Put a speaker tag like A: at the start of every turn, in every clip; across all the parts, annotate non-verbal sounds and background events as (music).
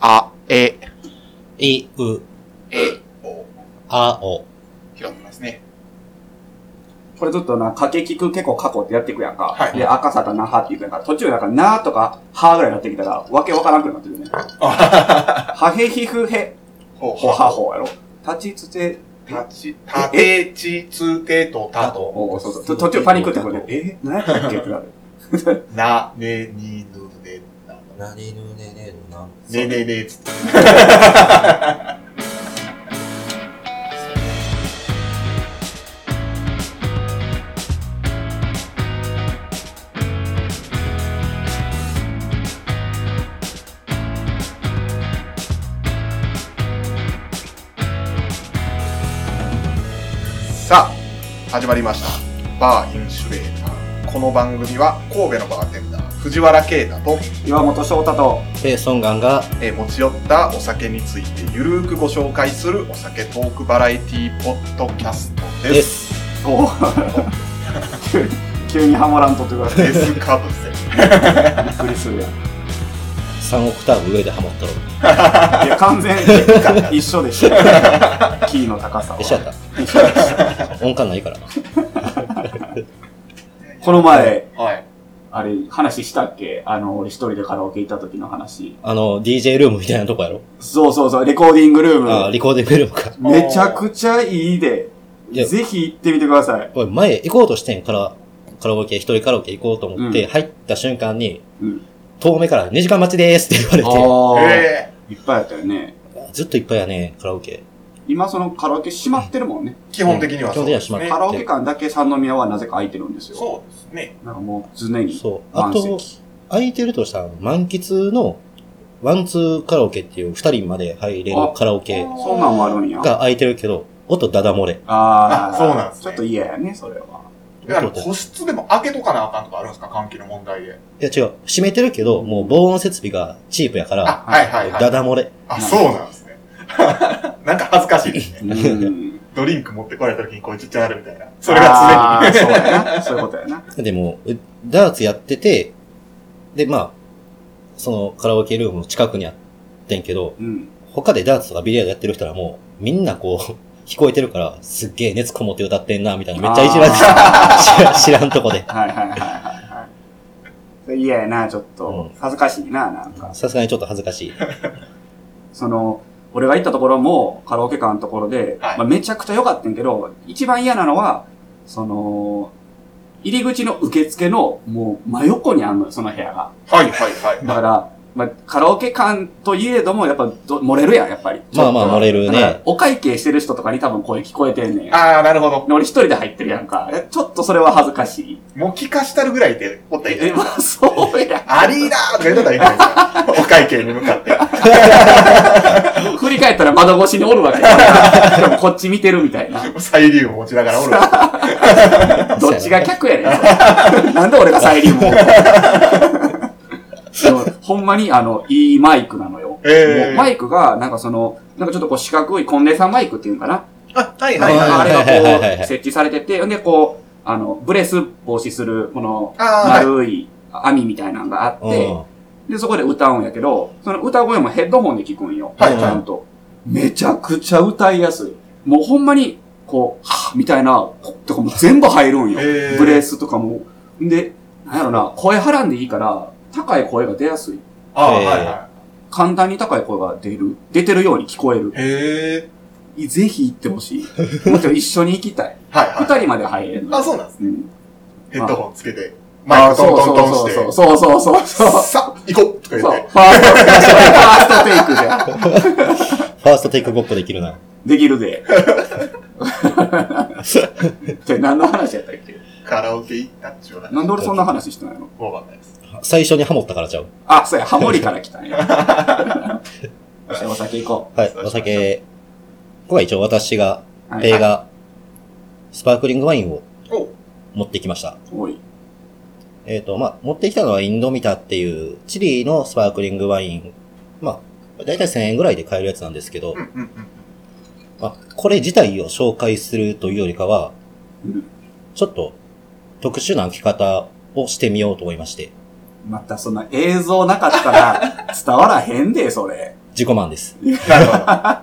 A: あ、え、
B: い、う、
C: えを
B: あ、お。
C: 拾ってますね。
D: これずっとな、掛け聞く結構過去ってやっていくやんか。
C: はい
D: で、赤坂那覇っていくやんか。途中なんか、なーとか、はーぐらいになってきたら、わけわからんくなってるね。はへひふへ、
C: ほう
D: ほは。ほやろ。立ちつて、
C: たち、たてちつてとたと。
D: おーそうそう。と途中パニックってことで、え何やったっけってなる。
C: な、ね、に、ぬ、ね、な、
B: なにぬねねのな。
C: ねねねつって。さあ、始まりました。バーインシュレーター。この番組は神戸のバーテンダー、藤原啓太と
D: 岩本翔太と、
B: ペーソンガンが、
C: えー持ち寄ったお酒についてゆるーくご紹介するお酒トークバラエティポッドキャスト
B: で
C: です。
B: す。
D: おー (laughs) 急に急にハモらんとってください。
C: デスかぶせ。
D: びっくりするやん。
B: 3オクターブ上でハモったろ。
D: いや、完全に一緒でしょ。キーの高さは。
B: 一緒やっ。
D: 一緒でした (laughs)
B: 音感ないから。
D: たこの前、
C: はい。
D: あれ、話したっけあの、俺一人でカラオケ行った時の話。
B: あの、DJ ルームみたいなとこやろ。
D: そうそうそう、レコーディングルーム。
B: あ、リコーディングルームか。
D: めちゃくちゃいいで。
B: いや
D: ぜひ行ってみてください。
B: 俺、前行こうとしてんから、カラオケ、一人カラオケ行こうと思って、
D: うん
B: 入った瞬間に、
D: うん。
B: 遠目から2時間待ちでーすって言われて、
D: ああ、
C: え
D: いっぱいあったよね。
B: ずっといっぱいやね、カラオケ。
D: 今そのカラオケ閉まってるもんね。
C: ー基本的にはそうです
B: うん
C: ね
B: え基
D: カ
B: 本的には閉まっ
D: ラオケ館だけ三宮はなぜか空いてるんですよ。
C: そうですね。
D: なんかもう常に。
B: そう。あ
D: 満
B: と
D: 席、
B: 空いてるとしたら、満喫の、ワンツーカラオケっていう二人まで入れるカラオケ
D: そんなんもあるんや。
B: が空いてるけど、音ダダ漏れ。
D: あ
C: あ
D: あ、
C: そうなんですね
D: ちょっと嫌やね、それは。
C: だから個室でも開けとかなあかんとかあるんですか換気の問題で。
B: いや違う、閉めてるけど、もう防音設備がチープやから、
C: あ、はいはいは
B: ダ
C: い。
B: ダ漏れ。
C: あ、そうなんですね。 (laughs) なんか恥ずかしいです
D: う
C: ね。
D: ん。
C: ドリンク持ってこられた時にこいつっちゃなるみたいな。それが
D: あーそうやな。そういうことやな。
B: でも、うダーツやってて、で、まあ、そのカラオケルームの近くにあってんけど、
D: うん。
B: 他でダーツとかビリヤードやってる人らもう、みんなこう、 (laughs) 聞こえてるから、すっげえ熱こもって歌ってんな、みたいな、めっちゃいじられてた。知ら知らん (laughs) とこで。
D: はいはいはいはいはい。それ嫌やな、ちょっと
B: う。
D: 恥ずかしいな、なんか。
B: さすがにちょっと恥ずかしい。
D: その、俺が行ったところも、カラオケ館のところで、
C: はい
D: まあ、めちゃくちゃ良かったんやけど、一番嫌なのは、その、入り口の受付の、もう、真横にあんのよ、その部屋が。
C: 常に。はいはい
D: だ
C: は
D: から、まあ、カラオケ館といえども、やっぱど、漏れるやん、やっぱり。
B: まあまあ漏れるね
D: だからお会計してる人とかに多分声聞こえてんね
C: い。
D: ん。で
C: あー、なるほど。
D: 俺一人で入ってるやんか。えちょっとそれは恥ずかしい。
C: もう聞かしたるぐらいでおったらいいじゃ
D: え、
C: ないです
D: ま
C: か。
D: あ、そうや。
C: ありーだーとか言うたらいいじゃない
D: (laughs)
C: ですか。お会計に向かって。
D: 振り返ったら窓越しにおるわけやから。でもこっち見てるみたいな。
C: サイリウム持ちながらおる。
D: どっちが客や
B: (laughs)
D: ねんそれ。なんで俺がサイリウムを。でもほんまにあの、いいマイクなのよ。
C: ええ
D: もうマイクが、なんかその、なんかちょっとこう四角いコンデンサーマイクっていうんかな。
C: あ、はい
B: はいはい
D: あれが
B: はいはいはい
D: こ
B: は
D: う
B: い
D: 設置されてて、んでこう、あの、ブレス防止する、この、
C: あーはい
D: 丸い網みたいなのがあっ
B: うん。
D: て、で、そこで歌うんやけど、その歌声もヘッドホンで聞くんよ。
B: はい
D: ちゃんと。めちゃくちゃ歌いやすい。もうほんまに、こう、はぁみたいな、ことかも全部入るんよ。
C: へー
D: ブレスとかも。んで、なんやろな、声はらんでいいから、高い声が出やすい。
C: あ
B: えー
C: はいは
D: 簡単に高い声が出る。出てるように聞こえる
C: い。。へえ。
D: いぜひ行ってほし
C: (laughs)
D: い。もちろん一緒に行きたい。
C: はい
D: 二
C: は
D: 人まで入れる
C: い。あ、そうなんです。
D: う。うん。
C: ヘッドホンつけて、マイクトントントンして、
D: あそうそうそうそうそうそう。
C: さあ、行こうとか
D: そう。
C: 言
D: ファ
C: って
D: ースト、ファーストテイク
B: フ
D: で。
B: ァーストテイクごっこできるな。
D: できるで。じゃあ何の話やったっけ、
C: カラオケ行ったっちゅうな。
D: なんで俺そんな話してないの
C: もうわかんないです。
B: 最初にハモったからちゃう。
D: あ、そうや、ハモリから来たんや。そしてお酒行こ
B: はい、お酒。ここは一応私が、
D: う。はい
B: 映画、スパークリングワインを
C: お
B: 持ってきました。
D: おい。
B: えっ、と、まあ、持ってきたのはインドミタっていう、チリのスパークリングワイン。まあ、だいたい1000円ぐらいで買えるやつなんですけど
C: うん、うんうん。
B: まあ、これ自体を紹介するというよりかは
D: うん、
B: ちょっと特殊な開き方をしてみようと思いまして。
D: またそんな映像なかったら伝わらへんで、それ。
B: 自己満です。
C: な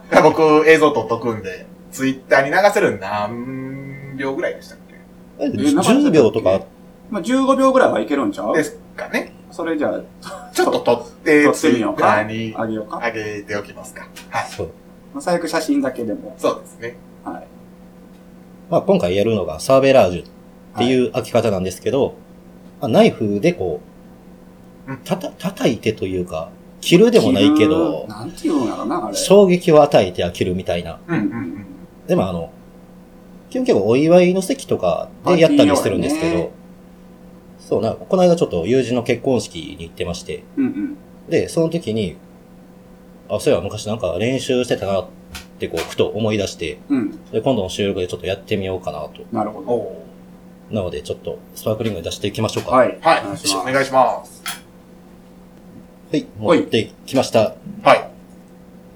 C: るほど。 (laughs) 僕、映像撮っとくんで、ツイッターに流せる何秒ぐらいでしたっけ
B: え
D: えなかったっけ
B: 10秒とか、
D: まあ、15秒ぐらいはいけるんちゃう
C: ですかね。
D: それじゃ
C: ちょっと撮って、
D: 撮っ
C: ツ
D: て
C: イ
D: みよ
C: ッ
D: う
C: タ
D: か
C: ーに
D: あ、あげようか。
C: 上げておきますか。はい。
B: そう。
D: まあ、最悪写真だけでも。
C: そうですね。
D: はい。
B: まあ今回やるのがサーベラージュっていう開き方なんですけど、まあナイフでこ
C: う、
B: うんたた、叩いてというか、切るでもないけ
D: 着る
B: ど、
D: なんていうんやろな、あれ。
B: 衝撃を与えては切るみたいな。
C: うん
D: ん
C: う
D: うんん
C: う
D: うんん。
B: でもあの、基本結構お祝いの席とかでやったりしてるんですけ
D: パーティー用
B: ど、そうな、この間ちょっと友人の結婚式に行ってまして、
D: うんうん。
B: で、その時に、あ、そういえば昔なんか練習してたなってこう、ふと思い出して、
D: うん。
B: で、今度の収録でちょっとやってみようかなと。
D: なるほ
C: お
B: なので、ちょっとスパークリングに出していきましょう
D: ど。
B: か。
D: はい。
C: はい。
D: お願いしま
C: お
D: す
C: 願いします。
B: はい、持ってきました。
C: はい。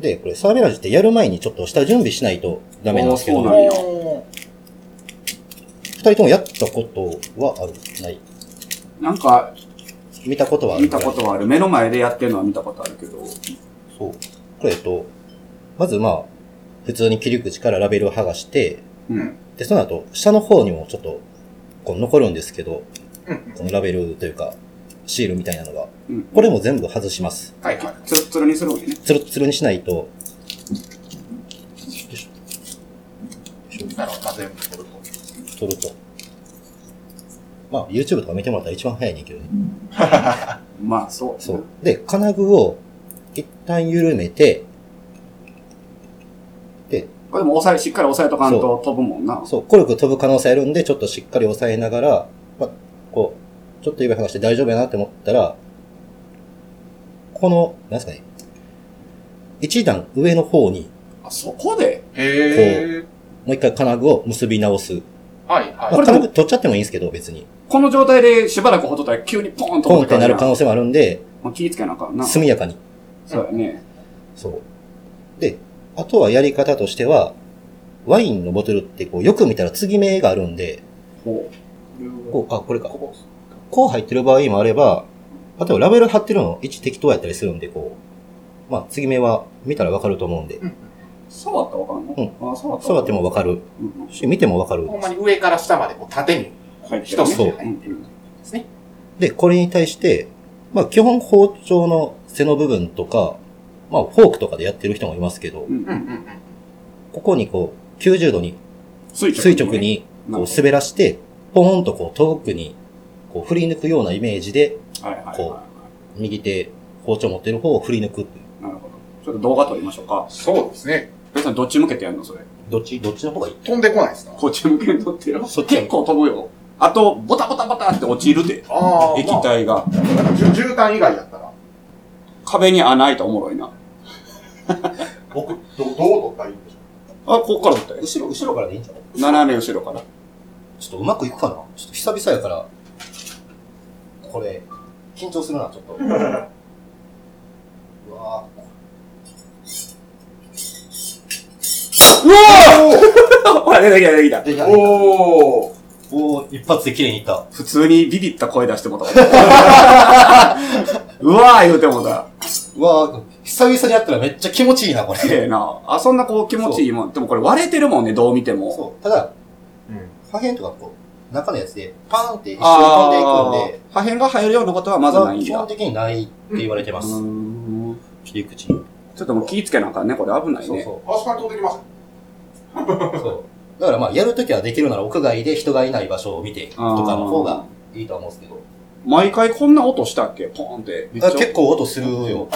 B: で、これサーベラージュってやる前にちょっと下準備しないとダメなんですけ
D: おー
B: ど
D: そう、なんや
C: お
B: 二人ともやったことはあるない。
D: なんか、
B: 見たことはある
D: 見たことはある。目の前でやってるのは見たことあるけど。
B: そう。これ、えっと、まずまあ、普通に切り口からラベルを剥がして、
D: うん。
B: で、その後、下の方にもちょっと、こう残るんですけど、
C: ーうん
B: このラベルというか、シールみたいなのが、
D: うん。
B: これも全部外します。
C: はいはい。
D: ツルッツルにするわけね。
B: ツルッツルにしないと、
C: なるほど。全部撮ると。
B: 取ると。まあ、YouTube とか見てもらったら一番早いねんけどね。
D: まあ、そう。
B: そう。。で、金具を一旦緩めて、で、
D: これでも押さえ、しっかり押さえとかん
B: そ
D: と飛ぶもんな。
B: そう、コルク飛ぶ可能性あるんで、ちょっとしっかり押さえながら、まあ、こう、ちょっと指剥がして大丈夫やなって思ったら、この、なんですかね、一段上の方に、
D: あ、そこで
C: へえ。
B: もう一回金具を結び直す。
C: はいは
B: まあ、
D: これでも
B: 金具取っちゃってもいいんですけど、別に。
D: この状態でしばらくほっとったら急にポーンと
B: ポン
D: 飛
B: ってなる可
D: も
B: 能性もあるんで、
D: う気ぃつけなあかんな。
B: 速やかに。
D: そうやね。
B: そう。で、あとはやり方としては、ワインのボトルってこう、よく見たら継ぎ目があるんで、
D: ほ
B: こう、あ、これか。こう入ってる場合もあれば、例えばラベル貼ってるの位置適当やったりするんで、こう、まあ、継ぎ目は見たらわかると思うんで、
D: う。触ったらわかんのうん。あ、触ったら
B: 触ってもわか
D: る。
B: る
D: うんうん
B: し、見てもわかる
C: ほ。んまに上から下までこう縦に
D: 入って
C: 一
D: る
C: つ
D: ね。
B: そう
C: 入
B: ん
C: ってるんですね。
B: で、これに対して、まあ、基本包丁の背の部分とか、まあ、フォークとかでやってる人もいますけど
D: う、ん
C: う
D: う
C: う
D: ん
C: ん
D: ん。
C: うん。
B: ここにこう、90度に
D: 垂
B: 垂直。に
D: な
B: こ
D: る
B: う
D: ほ
B: 滑らして、ポーンとこう遠くにこう振り抜くようなイメージで、
D: どはいはいはい
B: こ
D: は
B: 右手、包丁持ってる方を振り抜くっていう。
D: い。なるほど。ちょっと動画撮りましょうか。
C: そうですね。
D: 皆さんどっち向けてやるのそれ。
B: どっち、どっちの方がいい
C: 飛んでこないですか
D: こっち向けに撮ってよ。
B: そっち
D: 結構飛ぶよ。あと、ボタボタボタって落ちるで。
C: あ
D: 液体
C: ま
D: が。
C: あ、じゅ絨毯以外だったら、
D: 壁に穴開いたらおもろいな。
C: 僕、どどう取ったらいいんでしょ
D: あ、こっから撮ったよ。
B: 後ろ、後ろからでいいんじゃない
D: 斜め後ろ (laughs) から。
B: ちょっとうまくいくかなちょっと久々やから、これ、緊張するな、ちょっと。うわぁ。
D: う
C: う
D: わあれだけだ、できた。
B: で、やる
C: おおー
B: おー一発で綺麗にいった。
D: 普通にビビった声出してもたわ。 (laughs) うわー言うてもた。
B: うわぁ、久々にやったらめっちゃ気持ちいいな、これ。
D: (laughs) ええな。あ、そんなこう気持ちいいもん。でもこれ割れてるもんね、どう見ても。
B: そう。ただ、
C: うん。
B: 破片とかこう、中のやつで、パーンって一瞬飛んでいく
D: あ
B: ん
D: あ
B: で、
D: 破片が入るようなことはまずないん
B: 基
D: だ。
B: 本
D: う
B: 的にないって言われてます。
D: ーん
B: 切り口に。
D: ちょっともう気ぃつけなあかんね、これ危ないね。
B: そうそ
C: アスファルトできます。
B: う。そうだからまあ、やるときはできるなら屋外で人がいない場所を見てとかの方がいいとは思うんですけど。
D: 毎回こんな音したっけポーンって。めっちゃ
B: あ結構音するよ。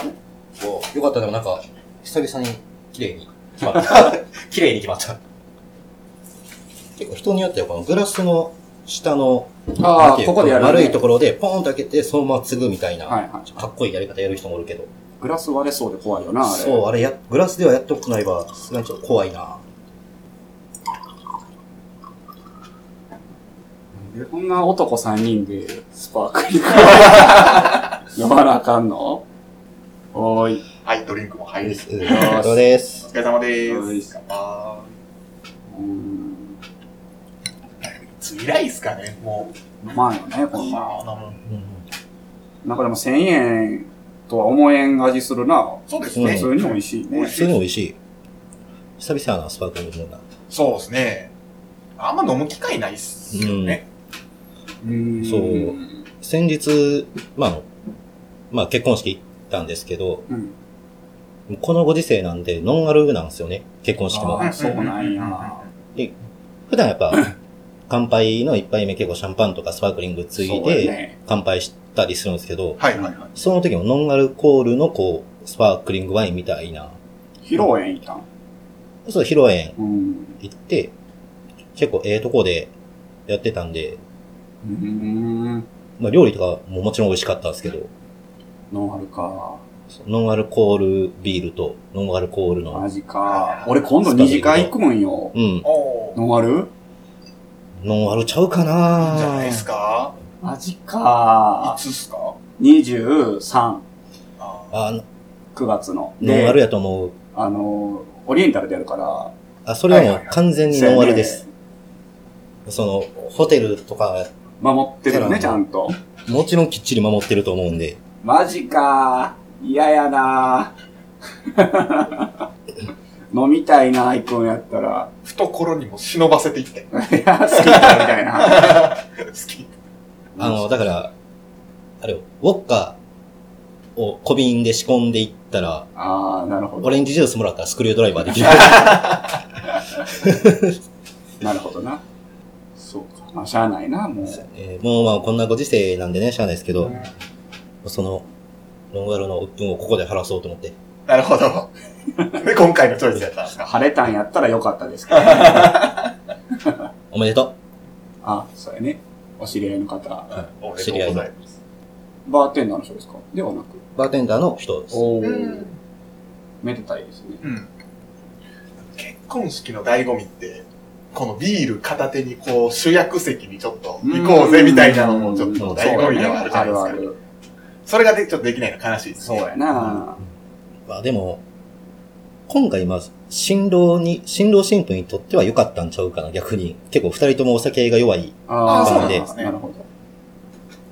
B: こうよかった、でもなんか、久々に綺麗に決まった。
D: (laughs)
B: 綺麗に決まった。結構人によってはこのグラスの下の、
D: あ
B: なんて
D: あ、
B: いう
D: ここでやる、ね。
B: 丸いところでポーンと開けてそのまま継ぐみたいな、
D: はいはい。
B: かっこいいやり方やる人もおるけど。
D: グラス割れそうで怖いよな、あれ。
B: そう、あれや、グラスではやったことないわ。さすがにちょっと怖いな。
D: でこんな男3人で、スパーク (laughs) リング。飲まなあかんのおーい。
C: はい、ドリンクも入り。
B: うん本当です
C: お。疲れ様で
D: はい
C: ーす。乾杯。
D: うーん。
C: いつ以来っすかね、もう。
D: まあよね、こんな。
C: まあ、飲む。
B: うん
D: なんかでも1000円とは思えん味するな。
C: そうです
D: 普
C: ね。
D: 通に美味しい
C: 美
D: ね
C: 味。しい
B: 普通に美味しい。久々やな、スパークリング飲んだ。
C: そうですね。あんま飲む機会ないっすよね。
D: うん
B: そう先日、まああの、まあ結婚式行ったんですけど、
D: うん。
B: このご時世なんでノンアルなんですよね、結婚式も
D: あ。ーそうなんや。
B: 普段やっぱ、 (coughs) 乾杯の一杯目結構シャンパンとかスパークリングつい
D: そうや
B: で
D: ね
B: 乾杯したりするんですけど、
C: はいはいはい。
B: その時もノンアルコールのこう、スパークリングワインみたいな、
D: 披露宴行ったん。
B: そう、披露宴
D: うん。
B: 行って、結構ええとこでやってたんで、
D: うん。
B: まあ料理とかももちろん美味しかったんですけど、
D: ノンアルか。
B: ノンアルコールビールとノンアルコール
D: マ
B: の、
D: ジか。俺今度二次会行くんよ。
B: うん、
C: おー。
D: ノンアル
B: ノンアルちゃうか
C: いい
B: なん
C: じゃないですか。
D: マジ
C: い
D: か。
C: つっすか
D: 23、
C: あー
B: あの
D: 9月の。
B: ノンアル
D: で、
B: やと思う。
D: あの、オリエンタルでやるから。
B: あ、それはも
C: はいはいうはい
B: 完全にノンアルです。。その、ホテルとか、
D: 守ってるよね、ち
B: そ
D: ゃ
B: ら
D: んと。
B: もちろんきっちり守ってると思うんで、
D: マジかー。嫌やな (laughs) ー。飲みたいな、アイコンやったら。
C: 懐にも忍ばせていって。好
D: いや、好きだ、みたいな。
C: き。
B: (laughs) あの、だから、あれよ、ウォッカを小瓶で仕込んでいったら、
D: あー、なるほ
B: オ
D: ど。
B: レンジジュースもらったらスクリュードライバーできる。
D: なるほどな。そうか。まあ、しゃあないな、もう。
C: (laughs)
B: えーもうまあこんなご時世なんでね、しゃあないですけど、
C: うん
B: その、ノンアルの鬱憤をここで晴らそうと思って。
C: なるほど。で、今回のチョイスやったんですか。
D: 晴れたんやったらよかったです
B: (laughs)
D: けど、ね。
B: おめでと
D: あ、そうやね。お知り合いの方。
C: おめで
B: 知
C: と
B: り合
C: うご
B: いの
C: ざいます。
D: バーテンダーの人ですかではなく。
B: うバーテンダーの人です。
D: お
C: う
D: ー
C: ん。
D: めでたいですね。
C: うん結婚式の醍醐味って、このビール片手にこう主役席にちょっと行こうぜみたいなのもちょっ
B: う
C: と
B: ん
C: 醍醐味ではあるじゃないです
D: あ
C: か。
D: るある。
C: それがでちょっとできないの悲しいです
D: そう
C: ね。
D: やな
B: まあでも、今回まあ、新郎に、新郎新婦にとっては良かったんちゃうかな、逆に。結構二人ともお酒が弱い。
D: あ
B: あそうなん
D: で
B: です
C: ね
D: なるほど。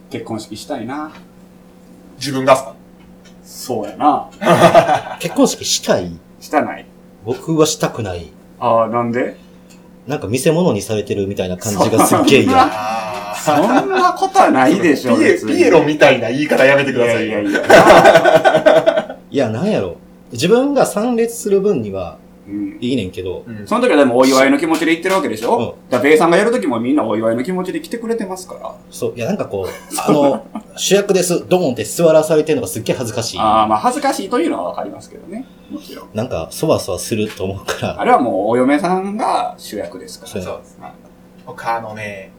D: 結婚式したいな
C: 自分がっすか
D: そうやな
B: 結婚式したい
D: したない。
B: 僕はしたくない。
D: ああ、なんで
B: なんか見せ物にされてるみたいな感じがすっげえ
D: (laughs)
B: 嫌。
C: あ
D: そんなことはないでし
C: (laughs)
D: ょ、
C: ピエ
D: 別に
C: ピエロみたいな言い方やめて
D: い
C: くださ
D: や
C: い
D: いや
C: よ。
D: いや。 (laughs)
B: いや、なんやろ。自分が参列する分には
D: うん
B: いいねんけど、
C: うん
D: その時はでもお祝いの気持ちで言ってるわけでし
B: う
D: ょだからベイさんがやる時もみんなお祝いの気持ちで来てくれてますから。
B: そう、いや、なんかこう、あ
D: (laughs)
B: の、主役です、ドーンって座らされてるのがすっげえ恥ずかしい。
D: ああ、まあ恥ずかしいというのはわかりますけどね。もちろん。
B: なんか、そわそわすると思うから、
D: あれはもうお嫁さんが主役ですから。
B: そう
C: そうですね。僕あのね、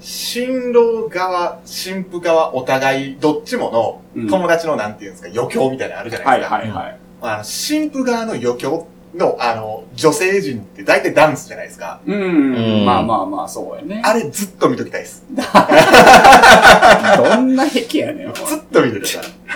C: 新郎側、新婦側、お互い、どっちも
D: うん
C: の、友達のなんていうんですか、余興みたいなのあるじゃな
D: はいい
C: ですか。
D: はいはい。
C: あの、新婦側の余興の、あの、女性陣って大体ダンスじゃないですか。
D: う。
B: うんん
D: まあまあまあ、そうやね。
C: あれずっと見ときたいです。
D: どんな癖や (laughs) ねん。お
C: ずっと見てるか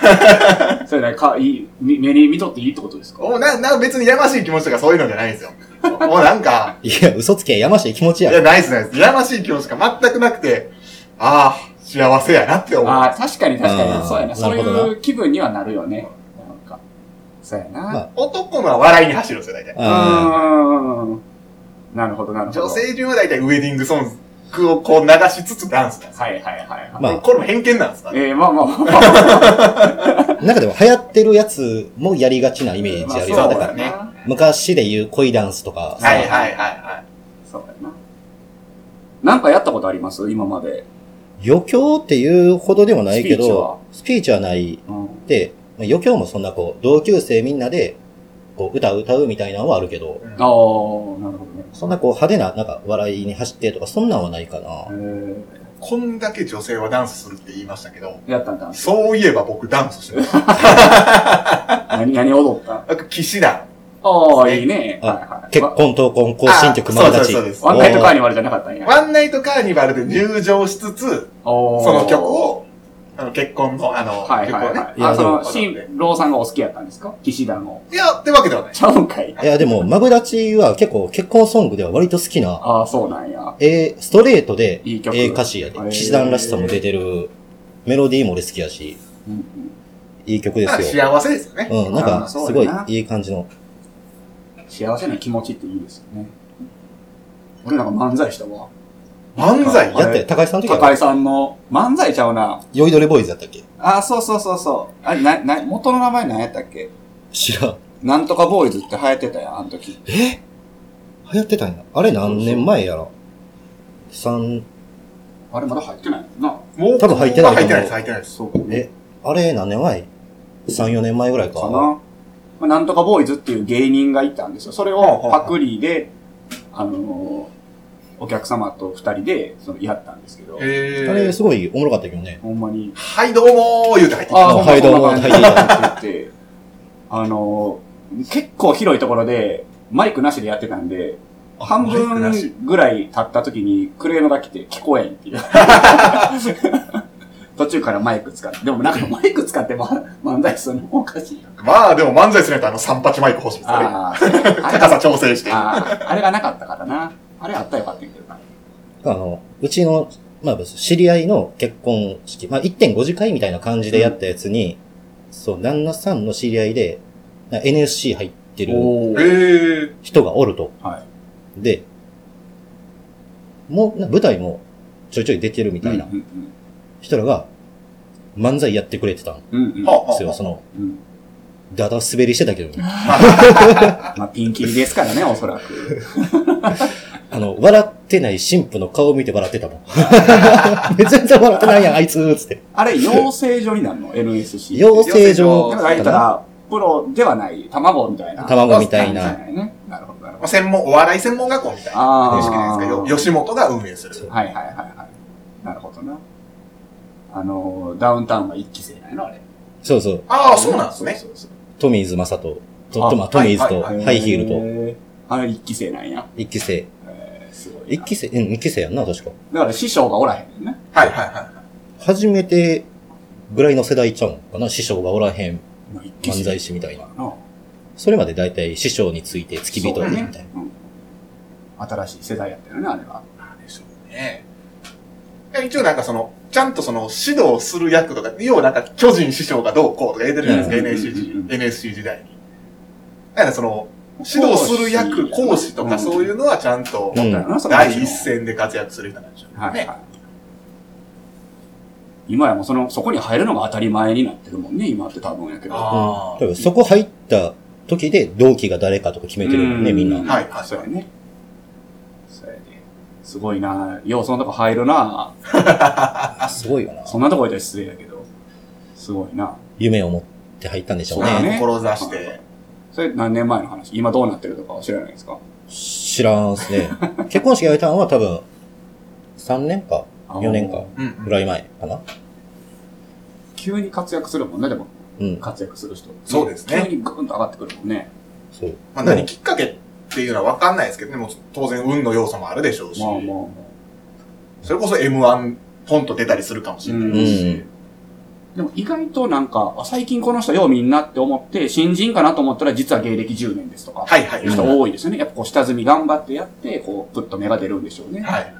C: ら。
D: 前それね、か、いい、み目に見とっていいってことですか
C: もうな、な、別にやましい気持ちとかそういうのじゃないんですよ。もうなんか、
B: いや、嘘つけ、やましい気持ち
C: い
B: や
C: や、。ないですないです。やましい気持ちが全くなくて、ああ、幸せやなって思う。
D: ああ、確かに確か
B: あ
D: に。
B: ー
D: そうやな。そう
B: なるほ
D: い
B: ど
D: う気分にはなるよね。なんか。そうや
B: ま
D: な。
C: 男のは笑いに走るんですよ、大体。
B: あ
D: うーん。なるほど、なるほど。
C: 女性中は大体ウェディングソングをこう流しつつダンスなんですよ。
D: はいはいはいはい。
B: まあ
C: これも偏見なんですかね。
D: ええ、まあまあまあ。
B: ーなんかでも流行ってるやつもやりがちなイメージあるよ。
D: まあ
B: だ
D: そう
B: か
D: や
B: ら、
C: ね
D: な。
B: 昔で言う恋ダンスとかさ、
C: はいはいはいは
D: そうやな。なんかやったことあります今まで。
B: 余興っていうほどでもないけ
D: スピーチ
B: ど
D: は、
B: スピーチはない
D: うん。
B: で、まあ余興もそんなこう、同級生みんなで、こう、歌う歌うみたいなのはあるけど
C: い、う、ん
D: ああ、なるほどね。
B: そんなこう派手な、なんか笑いに走ってとか、そんなんはないかな。
D: え
C: こんだけ女性はダンスするって言いましたけど、
D: え、やったんだ。
C: そういえば僕ダンスしてました。
D: 何、何踊った
C: 僕騎士団。
D: ああ、いいね。はいはい。
B: 結婚、闘婚、更新曲、漫画ち。
C: そうですそう
D: ワン
C: で
D: ナイトカーニバルじゃなかったん
C: す。
D: や。
C: ワンナイトカーニバルで入場しつつ、
D: おー
C: その曲。を、あの結婚の、あの、
D: はいはい
C: 曲を
D: は
C: ね。
D: い。
B: いや
D: あ、その、
C: でも
D: 新郎さんがお好きやったんですか騎士団を。
C: いや、ってわけではない。
D: ちゃうんかい。
B: いや、でも、マブダチは結構、結婚ソングでは割と好きな、
D: ああ、そうなんや。
B: えー、ストレートで、
D: いい曲
B: ええ歌詞や
D: へ
B: で
D: ー。
B: 騎士団らしさも出てる。メロディーも俺好きやし。
D: うんうん。
B: いい曲で
C: まあ
B: すよ。
C: 幸せですよね。
B: うん、なん
D: あ
B: か、す
D: そう
B: ご
D: だ
B: い
D: ない
B: い感じの。
D: 幸せな気持ちっていいですよね。俺なんか漫才したわ。
C: 漫才
D: あれ
B: やったよ、高橋さんの時
D: 高井
B: は、
D: さんの漫才ちゃうな。
B: 酔いどれボーイズだったっけ
D: あ、そうそうそうそう。あれ、な、な、元の名前何やったっけ
B: 知らん。
D: なんとかボーイズって流行ってたやん、あの時。
B: え流行ってたんや。あれ何年前やろ三、
D: あれまだ入ってないよな。
C: もう
B: 多分入ってないと思
C: 入っ
B: う
C: てないです、入ってないです。
D: そう
B: え、あれ何年前三、四年前ぐらい
D: かな。
B: か。
D: まあ、なんとかボーイズっていう芸人がいたんですよ。それをパクリで、あのーお客様と二人で、その、やったんですけど、
B: あ
C: へ
B: れ
C: え。
B: すごいおもろかったけどね。
D: ほんまに、
C: はい、どうもー言うて入ってきた。
D: ああ、
B: あ
D: ほんま
B: はい
D: そん
B: どうも
D: な感じだって言 (laughs) って、あのー結構広いところで、マイクなしでやってたんで、半
C: マイクなし
D: 分ぐらい経った時にクレームが来て聞こえんっていう。 (laughs) 途中からマイク使って。でもなんかマイク使って、ま、漫才するのもおかしいよ。
C: まあでも漫才するとあの三八マイク欲しいですよね。
D: (laughs) ああ、あれ
C: 高さ調整して。
D: ああ、あれがなかったからな。あれあったらよかったんやけどな。
B: あの、うちの、まあ、知り合いの結婚式、まあ、1.5次会みたいな感じでやったやつに、そう、旦那さんの知り合いで、な NSC 入ってる
D: お
C: へ。え。
B: 人がおると。
D: は
B: で、もう、な舞台もちょいちょい出てるみたいな
D: うん
B: 人らが、漫才やってくれてたんで
D: うんうん。うんうん。
B: すよ。その、
D: うん。
B: だだ滑りしてたけどね。
D: まあ、ピンキリですからね、おそらく。
B: あの、笑ってない神父の顔を見て笑ってたもん。全然笑ってないやん、あいつつって。
D: あれ、養成所になるの ?NSC。
B: 養成所
D: だから言ったら、プロではない、卵みたいな。
B: 卵みたい
D: な
B: な。
D: いね。なるほど、なるほ
C: まあ専門、お笑い専門学校みたい
D: ど。
C: な
D: ああ。
C: 認識なんですけど、吉本が運営する。
B: そう
D: はいはいはいはい。なるほどな。あのー、ダウンタウンは一期生なんやな、あれ。
B: そうそう。
C: ああ、そうなんですね。
D: そうそうそう
B: トミーズ・マサト。と、
D: あ
B: とまあ、トミーズと、
C: はい
B: ハイヒールと、
D: ルと。あれ一期生なんや。
B: 一期生。
D: えーすごいな。
B: 一期生、うん、一期生やんな、確か。
D: だから師匠がおらへんねんね。
C: はいはいはい。
B: 初めてぐらいの世代ちゃうんかな、師匠がおらへん
D: まあ一期生
B: 漫才師みたいな。
D: な
B: それまで大体師匠について付き人で、みたいな。
D: あ新しい世代やったよね、あれは。
C: なんでしょうね。一応なんかその、ちゃんとその指導する役とか、要はなんか巨人師匠がどうこうとか言ってるじゃない
D: うん
C: ですか、
D: うん
C: NSC, NSC 時代に。だからその、指導する役、講師とかそういううのはちゃんと
B: うん
D: だよなその
C: 第一線で活躍する人なんでしょうね。
D: はいはい。今やもうその、そこに入るのが当たり前になってるもんね、今って多分やけど。
C: あ
B: うん
C: ー
B: 多分。そこ入った時で同期が誰かとか決めてるもんね、
D: う
B: みんな。
C: はいはい
D: そうやね。そうやね。すごいなようそんなとこ入るな
B: すごいよな。
D: そんなとこ言ったら失礼やけど。すごいな
B: 夢を持って入ったんでしょう
D: そう
B: ね。
D: ね
C: 志して。
D: それ何年前の話今どうなってるとかは知らないですか
B: 知らんっすね。 (laughs) 結婚式やめたんは多分、3年か、4年か、
C: うん
B: ぐ
C: うん。
B: らい前かな。
D: 急に活躍するもんね、でも。
B: うん。
D: 活躍する人。
C: そうですね
D: 急にグーンと上がってくるもんね。
B: そう。
C: まあ何きっかけっていうのは分かんないですけどね、もう当然運の要素もあるでしょうし
D: まあ、まあまあ。
C: それこそ M1 ポンと出たりするかもしれない。
B: うん
D: でも意外となんか、あ最近この人ようみんなって思って、新人かなと思ったら実は芸歴10年ですとか、
C: はいはい。
D: いう人多いですよね。やっぱこう下積み頑張ってやって、こう、プッと芽が出るんでしょうね。
C: はい。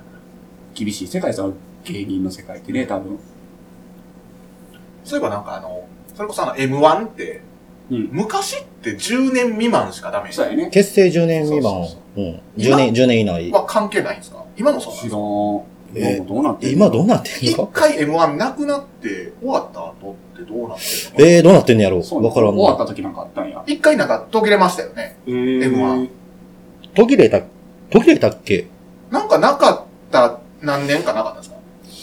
D: 厳しい世界ですよ、芸人の世界ってね、多分。
C: そういえばなんかあの、それこそあの M1 って、
D: うん
C: 昔って10年未満しかダメ
D: そうやね。
B: 結成10年未満
D: そう
B: う
D: そう、
B: ん。10年、10年以内。
C: は関係ないんですか今もそうなん
D: 知
C: で
D: らん。
C: すか
D: ど
B: え
D: うなってんの
B: 今どうなってん
C: 一
B: の
C: 回 M1 なくなって終わった後ってどうなってるの
B: (laughs) えー、どうなってんのやろ
D: そう
B: わからん
D: 終わった
B: な。
D: 時なんかあったんや。
C: 一回なんか途切れましたよね。
D: えー
C: M1
B: 途切れた、途切れたっけ
C: なんかなかった何年かなかったんですか